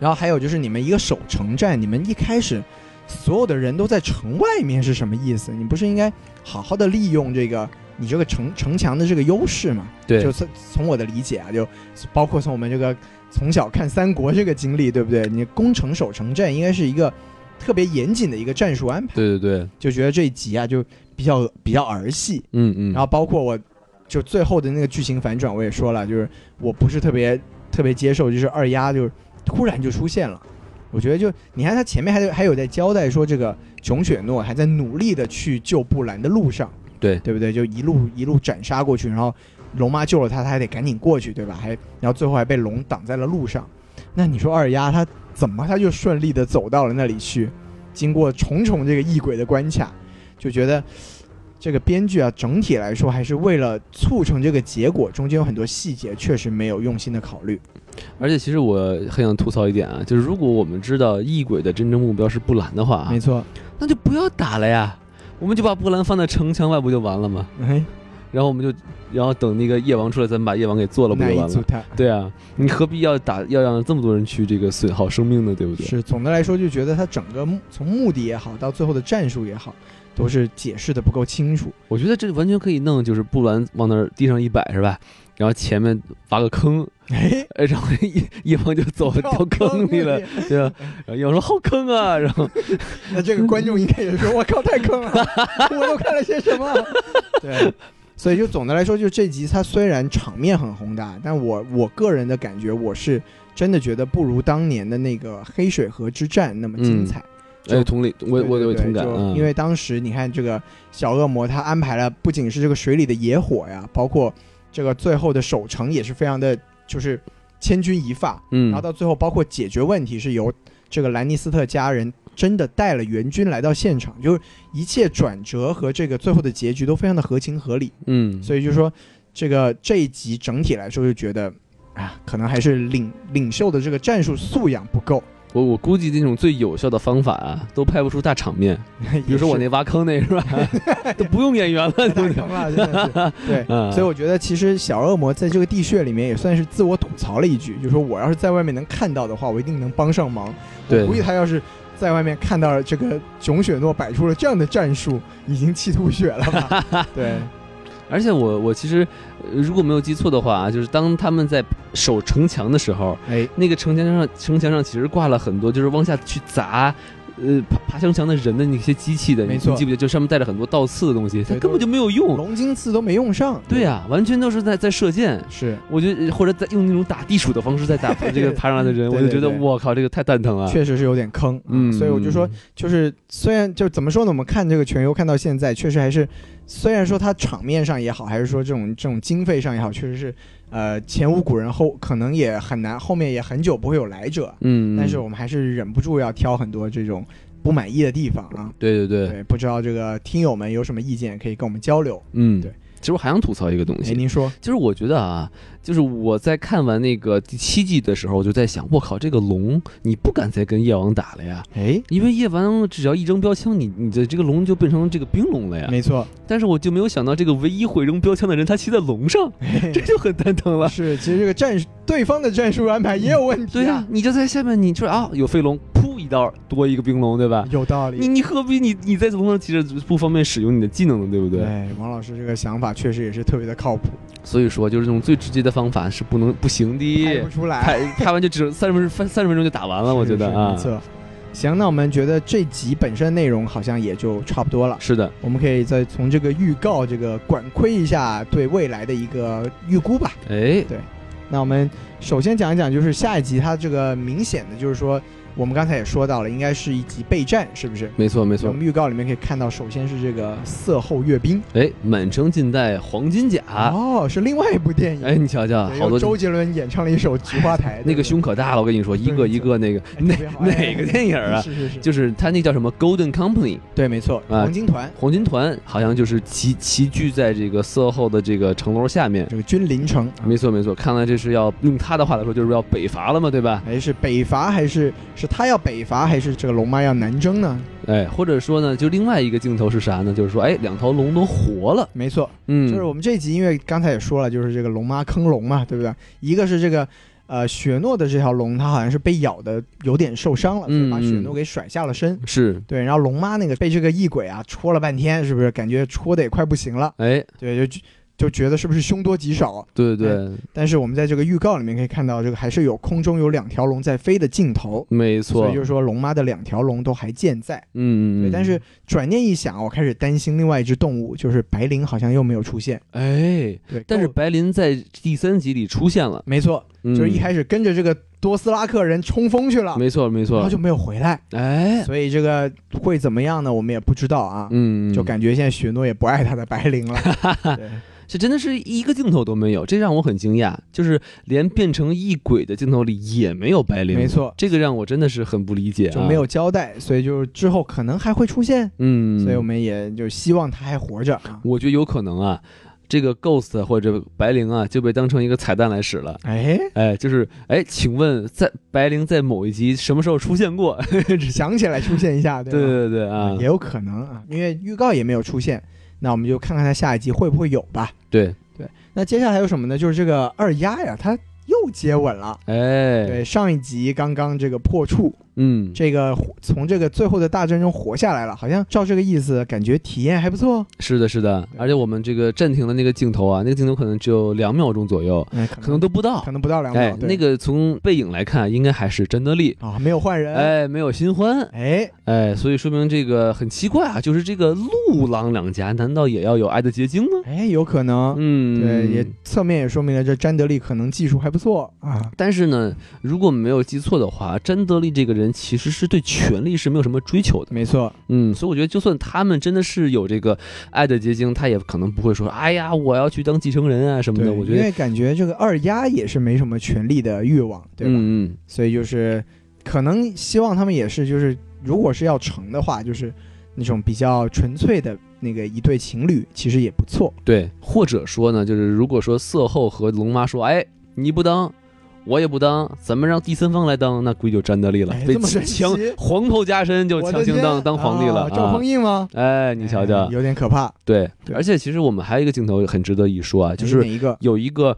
[SPEAKER 1] 然后还有就是你们一个守城战，你们一开始所有的人都在城外面是什么意思？你不是应该好好的利用这个你这个城城墙的这个优势嘛？
[SPEAKER 2] 对
[SPEAKER 1] 就，从从我的理解啊，就包括从我们这个从小看三国这个经历，对不对？你攻城守城战应该是一个特别严谨的一个战术安排。
[SPEAKER 2] 对对对，
[SPEAKER 1] 就觉得这一集啊就比较比较儿戏，
[SPEAKER 2] 嗯嗯，
[SPEAKER 1] 然后包括我就最后的那个剧情反转，我也说了，就是我不是特别特别接受，就是二丫就是突然就出现了。我觉得就你看他前面还有还有在交代说这个琼雪诺还在努力的去救布兰的路上，
[SPEAKER 2] 对
[SPEAKER 1] 对不对？就一路一路斩杀过去，然后龙妈救了他，他还得赶紧过去，对吧？还然后最后还被龙挡在了路上。那你说二丫她怎么她就顺利的走到了那里去？经过重重这个异鬼的关卡，就觉得这个编剧啊，整体来说还是为了促成这个结果，中间有很多细节确实没有用心的考虑。
[SPEAKER 2] 而且其实我很想吐槽一点啊，就是如果我们知道异鬼的真正目标是布兰的话啊
[SPEAKER 1] 没，错，
[SPEAKER 2] 那就不要打了呀，我们就把布兰放在城墙外不就完了吗？
[SPEAKER 1] 哎，
[SPEAKER 2] 然后我们就，然后等那个夜王出来，咱们把夜王给做了不
[SPEAKER 1] 难
[SPEAKER 2] 就
[SPEAKER 1] 以
[SPEAKER 2] 完
[SPEAKER 1] 阻
[SPEAKER 2] 了？
[SPEAKER 1] 他。
[SPEAKER 2] 对啊，你何必要打，要让这么多人去这个损耗生命呢？对不对？
[SPEAKER 1] 是，总的来说就觉得他整个目从目的也好，到最后的战术也好，都是解释的不够清楚。
[SPEAKER 2] 我觉得这完全可以弄，就是布兰往那儿地上一摆是吧？然后前面挖个坑，
[SPEAKER 1] 哎，
[SPEAKER 2] 哎，然后夜夜王就走掉坑里 了，！对吧？然后夜王说好坑啊，然后
[SPEAKER 1] 那这个观众应该也说：“我靠，太坑了，我都看了些什么？” 对，所以就总的来说，就这集它虽然场面很宏大，但我我个人的感觉，我是真的觉得不如当年的那个黑水河之战那么精彩。就
[SPEAKER 2] 哎，同理，我我
[SPEAKER 1] 对
[SPEAKER 2] 有
[SPEAKER 1] 对
[SPEAKER 2] 同感
[SPEAKER 1] 就
[SPEAKER 2] 啊，
[SPEAKER 1] 因为当时你看这个小恶魔，他安排了不仅是这个水里的野火呀，包括这个最后的守城也是非常的，就是千钧一发。
[SPEAKER 2] 嗯
[SPEAKER 1] 然后到最后，包括解决问题是由这个兰尼斯特家人真的带了援军来到现场，就是一切转折和这个最后的结局都非常的合情合理，
[SPEAKER 2] 嗯，
[SPEAKER 1] 所以就是说这个这一集整体来说就觉得啊，可能还是领领袖的这个战术素养不 够。
[SPEAKER 2] 我我估计那种最有效的方法啊，都拍不出大场面。比如说我那挖坑那是吧，都不用演员了， 对
[SPEAKER 1] 太
[SPEAKER 2] 不 对？
[SPEAKER 1] 坑了，真的是对。
[SPEAKER 2] 嗯，
[SPEAKER 1] 所以我觉得，其实小恶魔在这个地穴里面也算是自我吐槽了一句，就是说我要是在外面能看到的话，我一定能帮上忙。
[SPEAKER 2] 对
[SPEAKER 1] 我估计他要是在外面看到了这个囧雪诺摆出了这样的战术，已经气吐血了 吧？对，
[SPEAKER 2] 而且我我其实呃如果没有记错的话啊，就是当他们在守城墙的时候，
[SPEAKER 1] 哎，
[SPEAKER 2] 那个城墙上城墙上其实挂了很多就是往下去砸。呃，爬爬城墙的人的那些机器的，你
[SPEAKER 1] 没错
[SPEAKER 2] 你记不记得？就上面带着很多倒刺的东西，它
[SPEAKER 1] 对
[SPEAKER 2] 根本就没有用。
[SPEAKER 1] 龙金刺都没用上。
[SPEAKER 2] 对啊呀、完全都是在在射箭。
[SPEAKER 1] 是，
[SPEAKER 2] 我觉得或者在用那种打地鼠的方式在 打这个爬上来的人，
[SPEAKER 1] 对
[SPEAKER 2] 我就觉得
[SPEAKER 1] 对对
[SPEAKER 2] 我靠，这个太蛋疼了。
[SPEAKER 1] 确实是有点坑。
[SPEAKER 2] 啊嗯，
[SPEAKER 1] 所以我就说，
[SPEAKER 2] 嗯，
[SPEAKER 1] 就是虽然就怎么说呢，我们看这个全游看到现在，确实还是，虽然说它场面上也好，还是说这种这种经费上也好，确实是，呃，前无古人后可能也很难，后面也很久不会有来者。
[SPEAKER 2] 嗯，
[SPEAKER 1] 但是我们还是忍不住要挑很多这种不满意的地方啊。
[SPEAKER 2] 对对对，
[SPEAKER 1] 对，不知道这个听友们有什么意见，可以跟我们交流。
[SPEAKER 2] 嗯，
[SPEAKER 1] 对。
[SPEAKER 2] 其实我还想吐槽一个东
[SPEAKER 1] 哎，
[SPEAKER 2] 西，
[SPEAKER 1] 您说，
[SPEAKER 2] 就是我觉得啊，就是我在看完那个第七季的时候，我就在想，我靠，这个龙你不敢再跟夜王打了呀，
[SPEAKER 1] 哎，
[SPEAKER 2] 因为夜王只要一扔标枪，你你的这个龙就变成这个冰龙了呀。
[SPEAKER 1] 没错，
[SPEAKER 2] 但是我就没有想到，这个唯一会扔标枪的人，他骑在龙上， 这就很蛋疼了。
[SPEAKER 1] 是，其实这个战术，对方的战术安排也有问题
[SPEAKER 2] 对呀、
[SPEAKER 1] 啊，
[SPEAKER 2] 你就在下面，你就是啊，有飞龙，噗一刀多一个冰龙，对吧？
[SPEAKER 1] 有道理
[SPEAKER 2] 你。你何必你你在龙上骑着不方便使用你的技能呢，对不对？
[SPEAKER 1] 对，哎王老师这个想法确实也是特别的靠谱，
[SPEAKER 2] 所以说，就是那种最直接的方法是不能不行
[SPEAKER 1] 拍
[SPEAKER 2] 的
[SPEAKER 1] 不。出来。
[SPEAKER 2] 拍 拍完就只三十分三三十分钟就打完了，我觉得
[SPEAKER 1] 是
[SPEAKER 2] 啊
[SPEAKER 1] 没，错。行，那我们觉得这集本身内容好像也就差不多了，
[SPEAKER 2] 是的，
[SPEAKER 1] 我们可以再从这个预告这个管窥一下对未来的一个预估吧。
[SPEAKER 2] 哎，
[SPEAKER 1] 那我们首先讲一讲，就是下一集它这个明显的就是说，我们刚才也说到了，应该是一集备战，是不是？
[SPEAKER 2] 没错没
[SPEAKER 1] 我
[SPEAKER 2] 错，
[SPEAKER 1] 们预告里面可以看到，首先是这个色后阅兵
[SPEAKER 2] 哎，满城尽带黄金甲，
[SPEAKER 1] 哦，是另外一部电影，
[SPEAKER 2] 啊哎，你瞧瞧，
[SPEAKER 1] 对
[SPEAKER 2] 好
[SPEAKER 1] 由
[SPEAKER 2] 多
[SPEAKER 1] 周杰伦演唱了一首《菊花台》，
[SPEAKER 2] 那个
[SPEAKER 1] 对
[SPEAKER 2] 胸可大了，我跟你说，一个一个那个
[SPEAKER 1] 不
[SPEAKER 2] 哪
[SPEAKER 1] 对哎特别好哎
[SPEAKER 2] 哪个电影啊？
[SPEAKER 1] 是是是，
[SPEAKER 2] 就是他那叫什么 Golden Company
[SPEAKER 1] 对，没错，
[SPEAKER 2] 啊
[SPEAKER 1] 黄金团
[SPEAKER 2] 黄金团，好像就是齐齐聚在这个色后的这个城楼下面。
[SPEAKER 1] 这个君临城，啊
[SPEAKER 2] 没错没错，看来这是要用他的话来说，就是要北伐了嘛，对吧？
[SPEAKER 1] 哎，是北伐还是是他要北伐还是这个龙妈要南征呢？
[SPEAKER 2] 哎，或者说呢，就另外一个镜头是啥呢？就是说，哎，两头龙都活了，
[SPEAKER 1] 没错，
[SPEAKER 2] 嗯，
[SPEAKER 1] 就是我们这集，因为刚才也说了，就是这个龙妈坑龙嘛，对不对？一个是这个呃雪诺的这条龙，它好像是被咬的有点受伤了，所以把
[SPEAKER 2] 嗯
[SPEAKER 1] 雪诺给甩下了身。
[SPEAKER 2] 是，
[SPEAKER 1] 对，然后龙妈那个被这个异鬼啊戳了半天，是不是感觉戳的也快不行了？
[SPEAKER 2] 哎，
[SPEAKER 1] 对，就就觉得是不是凶多吉少？
[SPEAKER 2] 对对，
[SPEAKER 1] 但是我们在这个预告里面可以看到，这个还是有空中有两条龙在飞的镜头，
[SPEAKER 2] 没错，
[SPEAKER 1] 所以就是说龙妈的两条龙都还健在。
[SPEAKER 2] 嗯嗯
[SPEAKER 1] 对，
[SPEAKER 2] 嗯，
[SPEAKER 1] 但是转念一想，我开始担心另外一只动物，就是白灵，好像又没有出现。
[SPEAKER 2] 哎，
[SPEAKER 1] 对，
[SPEAKER 2] 但是
[SPEAKER 1] 够
[SPEAKER 2] 白林在第三集里出现了，
[SPEAKER 1] 没错，
[SPEAKER 2] 就
[SPEAKER 1] 就是一开始跟着这个多斯拉克人冲锋去了，
[SPEAKER 2] 没错没
[SPEAKER 1] 然
[SPEAKER 2] 错
[SPEAKER 1] 后，就没有回来，
[SPEAKER 2] 哎，
[SPEAKER 1] 所以这个会怎么样呢？我们也不知道啊。
[SPEAKER 2] 嗯，
[SPEAKER 1] 就感觉现在雪诺也不爱他的白灵 了，对
[SPEAKER 2] 这真的是一个镜头都没有，这让我很惊讶，就是连变成异鬼的镜头里也没有白灵，
[SPEAKER 1] 没，错，
[SPEAKER 2] 这个让我真的是很不理解、啊，
[SPEAKER 1] 就没，有交代，所以就是之后可能还会出现，
[SPEAKER 2] 嗯，
[SPEAKER 1] 所以我们也就希望他还活着啊。
[SPEAKER 2] 我觉得有可能啊，这个 Ghost 或者白灵啊就被当成一个彩蛋来使了。
[SPEAKER 1] 哎，
[SPEAKER 2] 哎，就是哎，请问在白灵在某一集什么时候出现过？
[SPEAKER 1] 想起来出现一下，
[SPEAKER 2] 对
[SPEAKER 1] 吧？
[SPEAKER 2] 对对啊，
[SPEAKER 1] 也有可能啊，因为预告也没有出现，那我们就看看他下一集会不会有吧。
[SPEAKER 2] 对，
[SPEAKER 1] 那接下来有什么呢？就是这个二丫呀，她又接吻了。
[SPEAKER 2] 哎，
[SPEAKER 1] 对，上一集刚刚这个破处，
[SPEAKER 2] 嗯，
[SPEAKER 1] 这个活从这个最后的大战中活下来了，好像照这个意思，感觉体验还不错。哦
[SPEAKER 2] 是的，是的，而且我们这个暂停的那个镜头啊，那个镜头可能只有两秒钟左右，
[SPEAKER 1] 哎，可
[SPEAKER 2] 可能都不到
[SPEAKER 1] 可。能不到两秒。
[SPEAKER 2] 哎，
[SPEAKER 1] 对
[SPEAKER 2] 那个从背影来看，应该还是真的力，
[SPEAKER 1] 啊、没有换人。
[SPEAKER 2] 哎，没有新欢，
[SPEAKER 1] 哎
[SPEAKER 2] 哎，所以说明这个很奇怪啊，就是这个陆郎两家难道也要有爱的结晶吗？
[SPEAKER 1] 哎有可能。
[SPEAKER 2] 嗯，
[SPEAKER 1] 对，也侧面也说明了这詹德利可能技术还不错啊。
[SPEAKER 2] 但是呢，如果没有记错的话，詹德利这个人其实是对权力是没有什么追求的。
[SPEAKER 1] 没错，
[SPEAKER 2] 嗯，所以我觉得，就算他们真的是有这个爱的结晶，他也可能不会说，哎呀，我要去当继承人啊什么
[SPEAKER 1] 对，
[SPEAKER 2] 的。我觉
[SPEAKER 1] 因
[SPEAKER 2] 得，
[SPEAKER 1] 为感觉这个二丫也是没什么权力的欲望，对吧？
[SPEAKER 2] 嗯嗯，
[SPEAKER 1] 所以就是可能希望他们也是，就是如果是要成的话，就是那种比较纯粹的那个一对情侣，其实也不错。
[SPEAKER 2] 对，或者说呢，就是如果说色后和龙妈说，哎，你不当，我也不当，咱们让第三方来当，那估计就沾得利了
[SPEAKER 1] 哎，
[SPEAKER 2] 被
[SPEAKER 1] 这么神奇
[SPEAKER 2] 强黄袍加身就
[SPEAKER 1] 我
[SPEAKER 2] 强
[SPEAKER 1] 的
[SPEAKER 2] 行
[SPEAKER 1] 天
[SPEAKER 2] 当当皇帝了
[SPEAKER 1] 啊赵
[SPEAKER 2] 啊
[SPEAKER 1] 匡！胤吗？
[SPEAKER 2] 哎，你瞧瞧
[SPEAKER 1] 哎，有点可怕。
[SPEAKER 2] 对，
[SPEAKER 1] 对
[SPEAKER 2] 而且其实我们还有一个镜头很值得一说啊，就
[SPEAKER 1] 哎
[SPEAKER 2] 是
[SPEAKER 1] 哪一个？
[SPEAKER 2] 有一个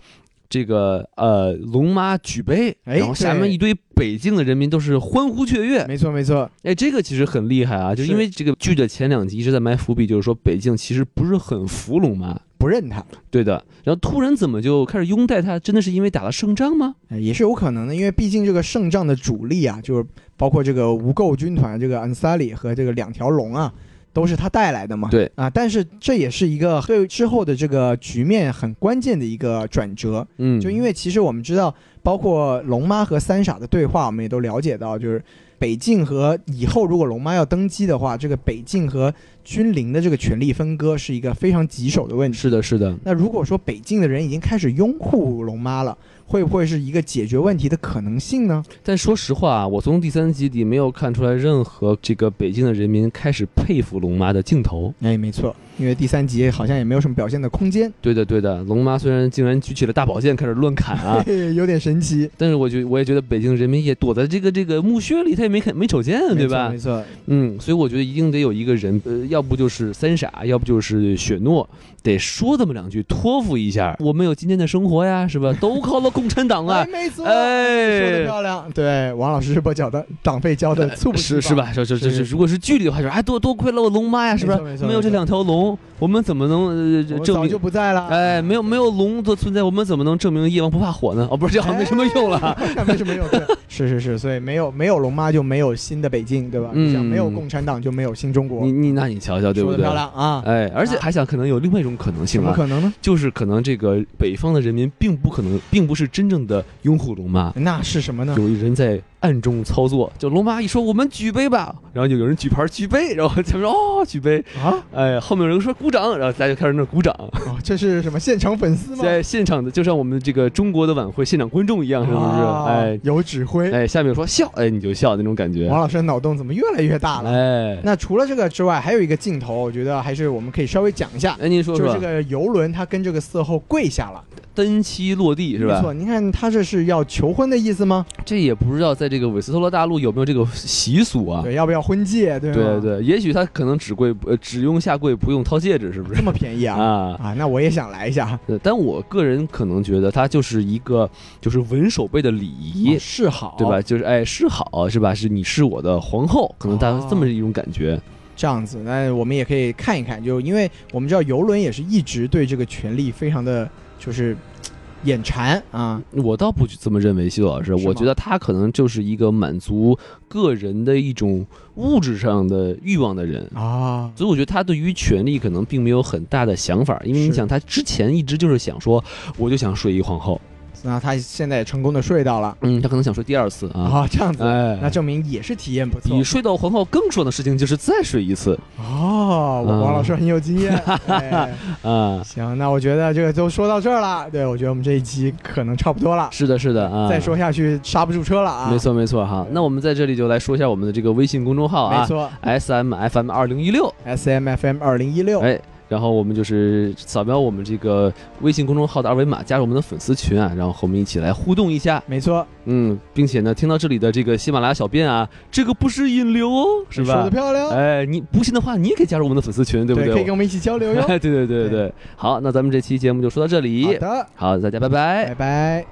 [SPEAKER 2] 这个呃龙妈举杯，
[SPEAKER 1] 哎
[SPEAKER 2] 然后下面
[SPEAKER 1] 对
[SPEAKER 2] 一堆北境的人民都是欢呼雀跃，
[SPEAKER 1] 没错没错，
[SPEAKER 2] 哎，这个其实很厉害啊，就是因为这个剧的前两集一直在埋伏笔，就是说北境其实不是很服龙妈，
[SPEAKER 1] 不认他。
[SPEAKER 2] 对的，然后突然怎么就开始拥戴他，真的是因为打了胜仗吗？
[SPEAKER 1] 哎也是有可能的，因为毕竟这个胜仗的主力啊，就是包括这个无垢军团、这个安萨里和这个两条龙啊，都是他带来的嘛。
[SPEAKER 2] 对
[SPEAKER 1] 啊，但是这也是一个对之后的这个局面很关键的一个转折，
[SPEAKER 2] 嗯，
[SPEAKER 1] 就因为其实我们知道，包括龙妈和三傻的对话，我们也都了解到，就是北境和以后如果龙妈要登基的话，这个北境和君临的这个权力分割是一个非常棘手的问题。
[SPEAKER 2] 是的，是的，
[SPEAKER 1] 那如果说北境的人已经开始拥护龙妈了，会不会是一个解决问题的可能性呢？
[SPEAKER 2] 但说实话啊，我从第三集里没有看出来任何这个北京的人民开始佩服龙妈的镜头。
[SPEAKER 1] 哎，没错，因为第三集好像也没有什么表现的空间，
[SPEAKER 2] 对的，对的，龙妈虽然竟然举起了大宝剑开始乱砍 啊，
[SPEAKER 1] 嘿有点神奇，
[SPEAKER 2] 但是我觉我也觉得北京人民也躲在这个这个墓穴里，他也没看没瞅见啊，对吧
[SPEAKER 1] 没？错，没错
[SPEAKER 2] 嗯，所以我觉得一定得有一个人，呃，要不就是三傻，要不就是雪诺，得说这么两句，托付一下。我们有今天的生活呀，是吧？都靠了共产党啊
[SPEAKER 1] 哎，，没错，说的
[SPEAKER 2] 哎。
[SPEAKER 1] 漂亮。对，王老师把缴的党费交的猝不及
[SPEAKER 2] 是
[SPEAKER 1] 防
[SPEAKER 2] 是？吧？是是
[SPEAKER 1] 是
[SPEAKER 2] 是
[SPEAKER 1] 是
[SPEAKER 2] 是，如果是剧里的话，就是哎，多多亏了我龙妈呀，是不是
[SPEAKER 1] 没错没？错
[SPEAKER 2] 没有这
[SPEAKER 1] 没错
[SPEAKER 2] 两条龙，我们怎么能呃
[SPEAKER 1] 我
[SPEAKER 2] 证
[SPEAKER 1] 早就啊
[SPEAKER 2] 明？
[SPEAKER 1] 不在了，
[SPEAKER 2] 哎，没有没有龙的存在，我们怎么能证明夜王不怕火呢？哦，不是，这好像没什么
[SPEAKER 1] 哎
[SPEAKER 2] 用了。
[SPEAKER 1] 没什么用。对啊是是是，所以没有没有龙妈就没有新的北境，对吧？
[SPEAKER 2] 嗯
[SPEAKER 1] 你想没有共产党就没有新中国
[SPEAKER 2] 你，你那你瞧瞧，对
[SPEAKER 1] 说
[SPEAKER 2] 不
[SPEAKER 1] 的
[SPEAKER 2] 对
[SPEAKER 1] 漂？亮啊！
[SPEAKER 2] 哎，而且还想可能有另外一种可能
[SPEAKER 1] 怎
[SPEAKER 2] 性
[SPEAKER 1] 么
[SPEAKER 2] 啊，
[SPEAKER 1] 可能呢？
[SPEAKER 2] 就是可能这个北方的人民并不可能，并不是真正的拥护龙妈，
[SPEAKER 1] 那是什么呢？
[SPEAKER 2] 有人在暗中操作。就龙妈一说我们举杯吧，然后就有人举牌举杯，然后他们说哦举杯，
[SPEAKER 1] 啊，
[SPEAKER 2] 哎，后面有人说鼓掌，然后大家就开始那鼓掌。
[SPEAKER 1] 哦这 是什么现场粉丝吗？
[SPEAKER 2] 在现场的，就像我们这个中国的晚会现场观众一样，是不是？
[SPEAKER 1] 啊
[SPEAKER 2] 哎
[SPEAKER 1] 有指挥。
[SPEAKER 2] 哎，下面说笑，哎，你就笑那种感觉。
[SPEAKER 1] 王老师的脑洞怎么越来越大了？
[SPEAKER 2] 哎，
[SPEAKER 1] 那除了这个之外，还有一个镜头，我觉得还是我们可以稍微讲一下，
[SPEAKER 2] 哎，您说
[SPEAKER 1] 就是
[SPEAKER 2] 说
[SPEAKER 1] 这，个游轮它跟这个色后跪下了，
[SPEAKER 2] 单膝落地是
[SPEAKER 1] 没
[SPEAKER 2] 吧？
[SPEAKER 1] 错，您看他这是要求婚的意思吗？
[SPEAKER 2] 这也不知道在这个韦斯特罗大陆有没有这个习俗啊？
[SPEAKER 1] 对，要不要婚戒？对吗？啊
[SPEAKER 2] 对，对，也许他可能只跪呃只用下跪不用掏戒指，是不是
[SPEAKER 1] 这么便宜啊？
[SPEAKER 2] 啊？
[SPEAKER 1] 啊，那我也想来一下，
[SPEAKER 2] 对但我个人可能觉得它就是一个就是文守备的礼仪
[SPEAKER 1] 哦，示好，
[SPEAKER 2] 对吧？？就是哎示好是吧？是你是我的皇后，可能大家
[SPEAKER 1] 哦
[SPEAKER 2] 这么一种感觉。
[SPEAKER 1] 这样子，那我们也可以看一看，就因为我们知道游轮也是一直对这个权力非常的就是嘖眼馋啊，
[SPEAKER 2] 我倒不这么认为，西多老师，
[SPEAKER 1] 是吗
[SPEAKER 2] 我觉得他可能就是一个满足个人的一种物质上的欲望的人。
[SPEAKER 1] 啊，
[SPEAKER 2] 所以我觉得他对于权力可能并没有很大的想法，因为
[SPEAKER 1] 是
[SPEAKER 2] 你想，他之前一直就是想说，我就想睡一皇后，
[SPEAKER 1] 那他现在也成功的睡到了
[SPEAKER 2] 嗯，他可能想睡第二次啊，
[SPEAKER 1] 啊，这样子，那
[SPEAKER 2] 哎，
[SPEAKER 1] 证明也是体验不错
[SPEAKER 2] 比睡到皇后更爽的事情就是再睡一次
[SPEAKER 1] 哦。我
[SPEAKER 2] 嗯
[SPEAKER 1] 王老师很有经 验、哎
[SPEAKER 2] 啊，
[SPEAKER 1] 行，那我觉得这个就说到这儿了。对，我觉得我们这一期可能差不多了，
[SPEAKER 2] 是的，是的啊，
[SPEAKER 1] 再说下去刹不住车了啊。
[SPEAKER 2] 没，错，没错哈，那我们在这里就来说一下我们的这个微信公众号
[SPEAKER 1] 没
[SPEAKER 2] 啊
[SPEAKER 1] 错。
[SPEAKER 2] ，S M F M 二零一六，
[SPEAKER 1] S M F M 二零一六，
[SPEAKER 2] 哎，然后我们就是扫描我们这个微信公众号的二维码，加入我们的粉丝群啊，然后和我们一起来互动一下。
[SPEAKER 1] 没错，
[SPEAKER 2] 嗯，并且呢，听到这里的这个喜马拉雅小编啊，这个不是引流哦，是
[SPEAKER 1] 说
[SPEAKER 2] 吧
[SPEAKER 1] 的？漂亮，
[SPEAKER 2] 哎，你不信的话，你也可以加入我们的粉丝群，对不
[SPEAKER 1] 可以跟
[SPEAKER 2] 对？
[SPEAKER 1] 我们一起交流哟。
[SPEAKER 2] 哎 对对对对
[SPEAKER 1] 对
[SPEAKER 2] 对。好，那咱们这期节目就说到这
[SPEAKER 1] 好
[SPEAKER 2] 里。
[SPEAKER 1] 的，
[SPEAKER 2] 好，大家拜拜
[SPEAKER 1] 拜拜。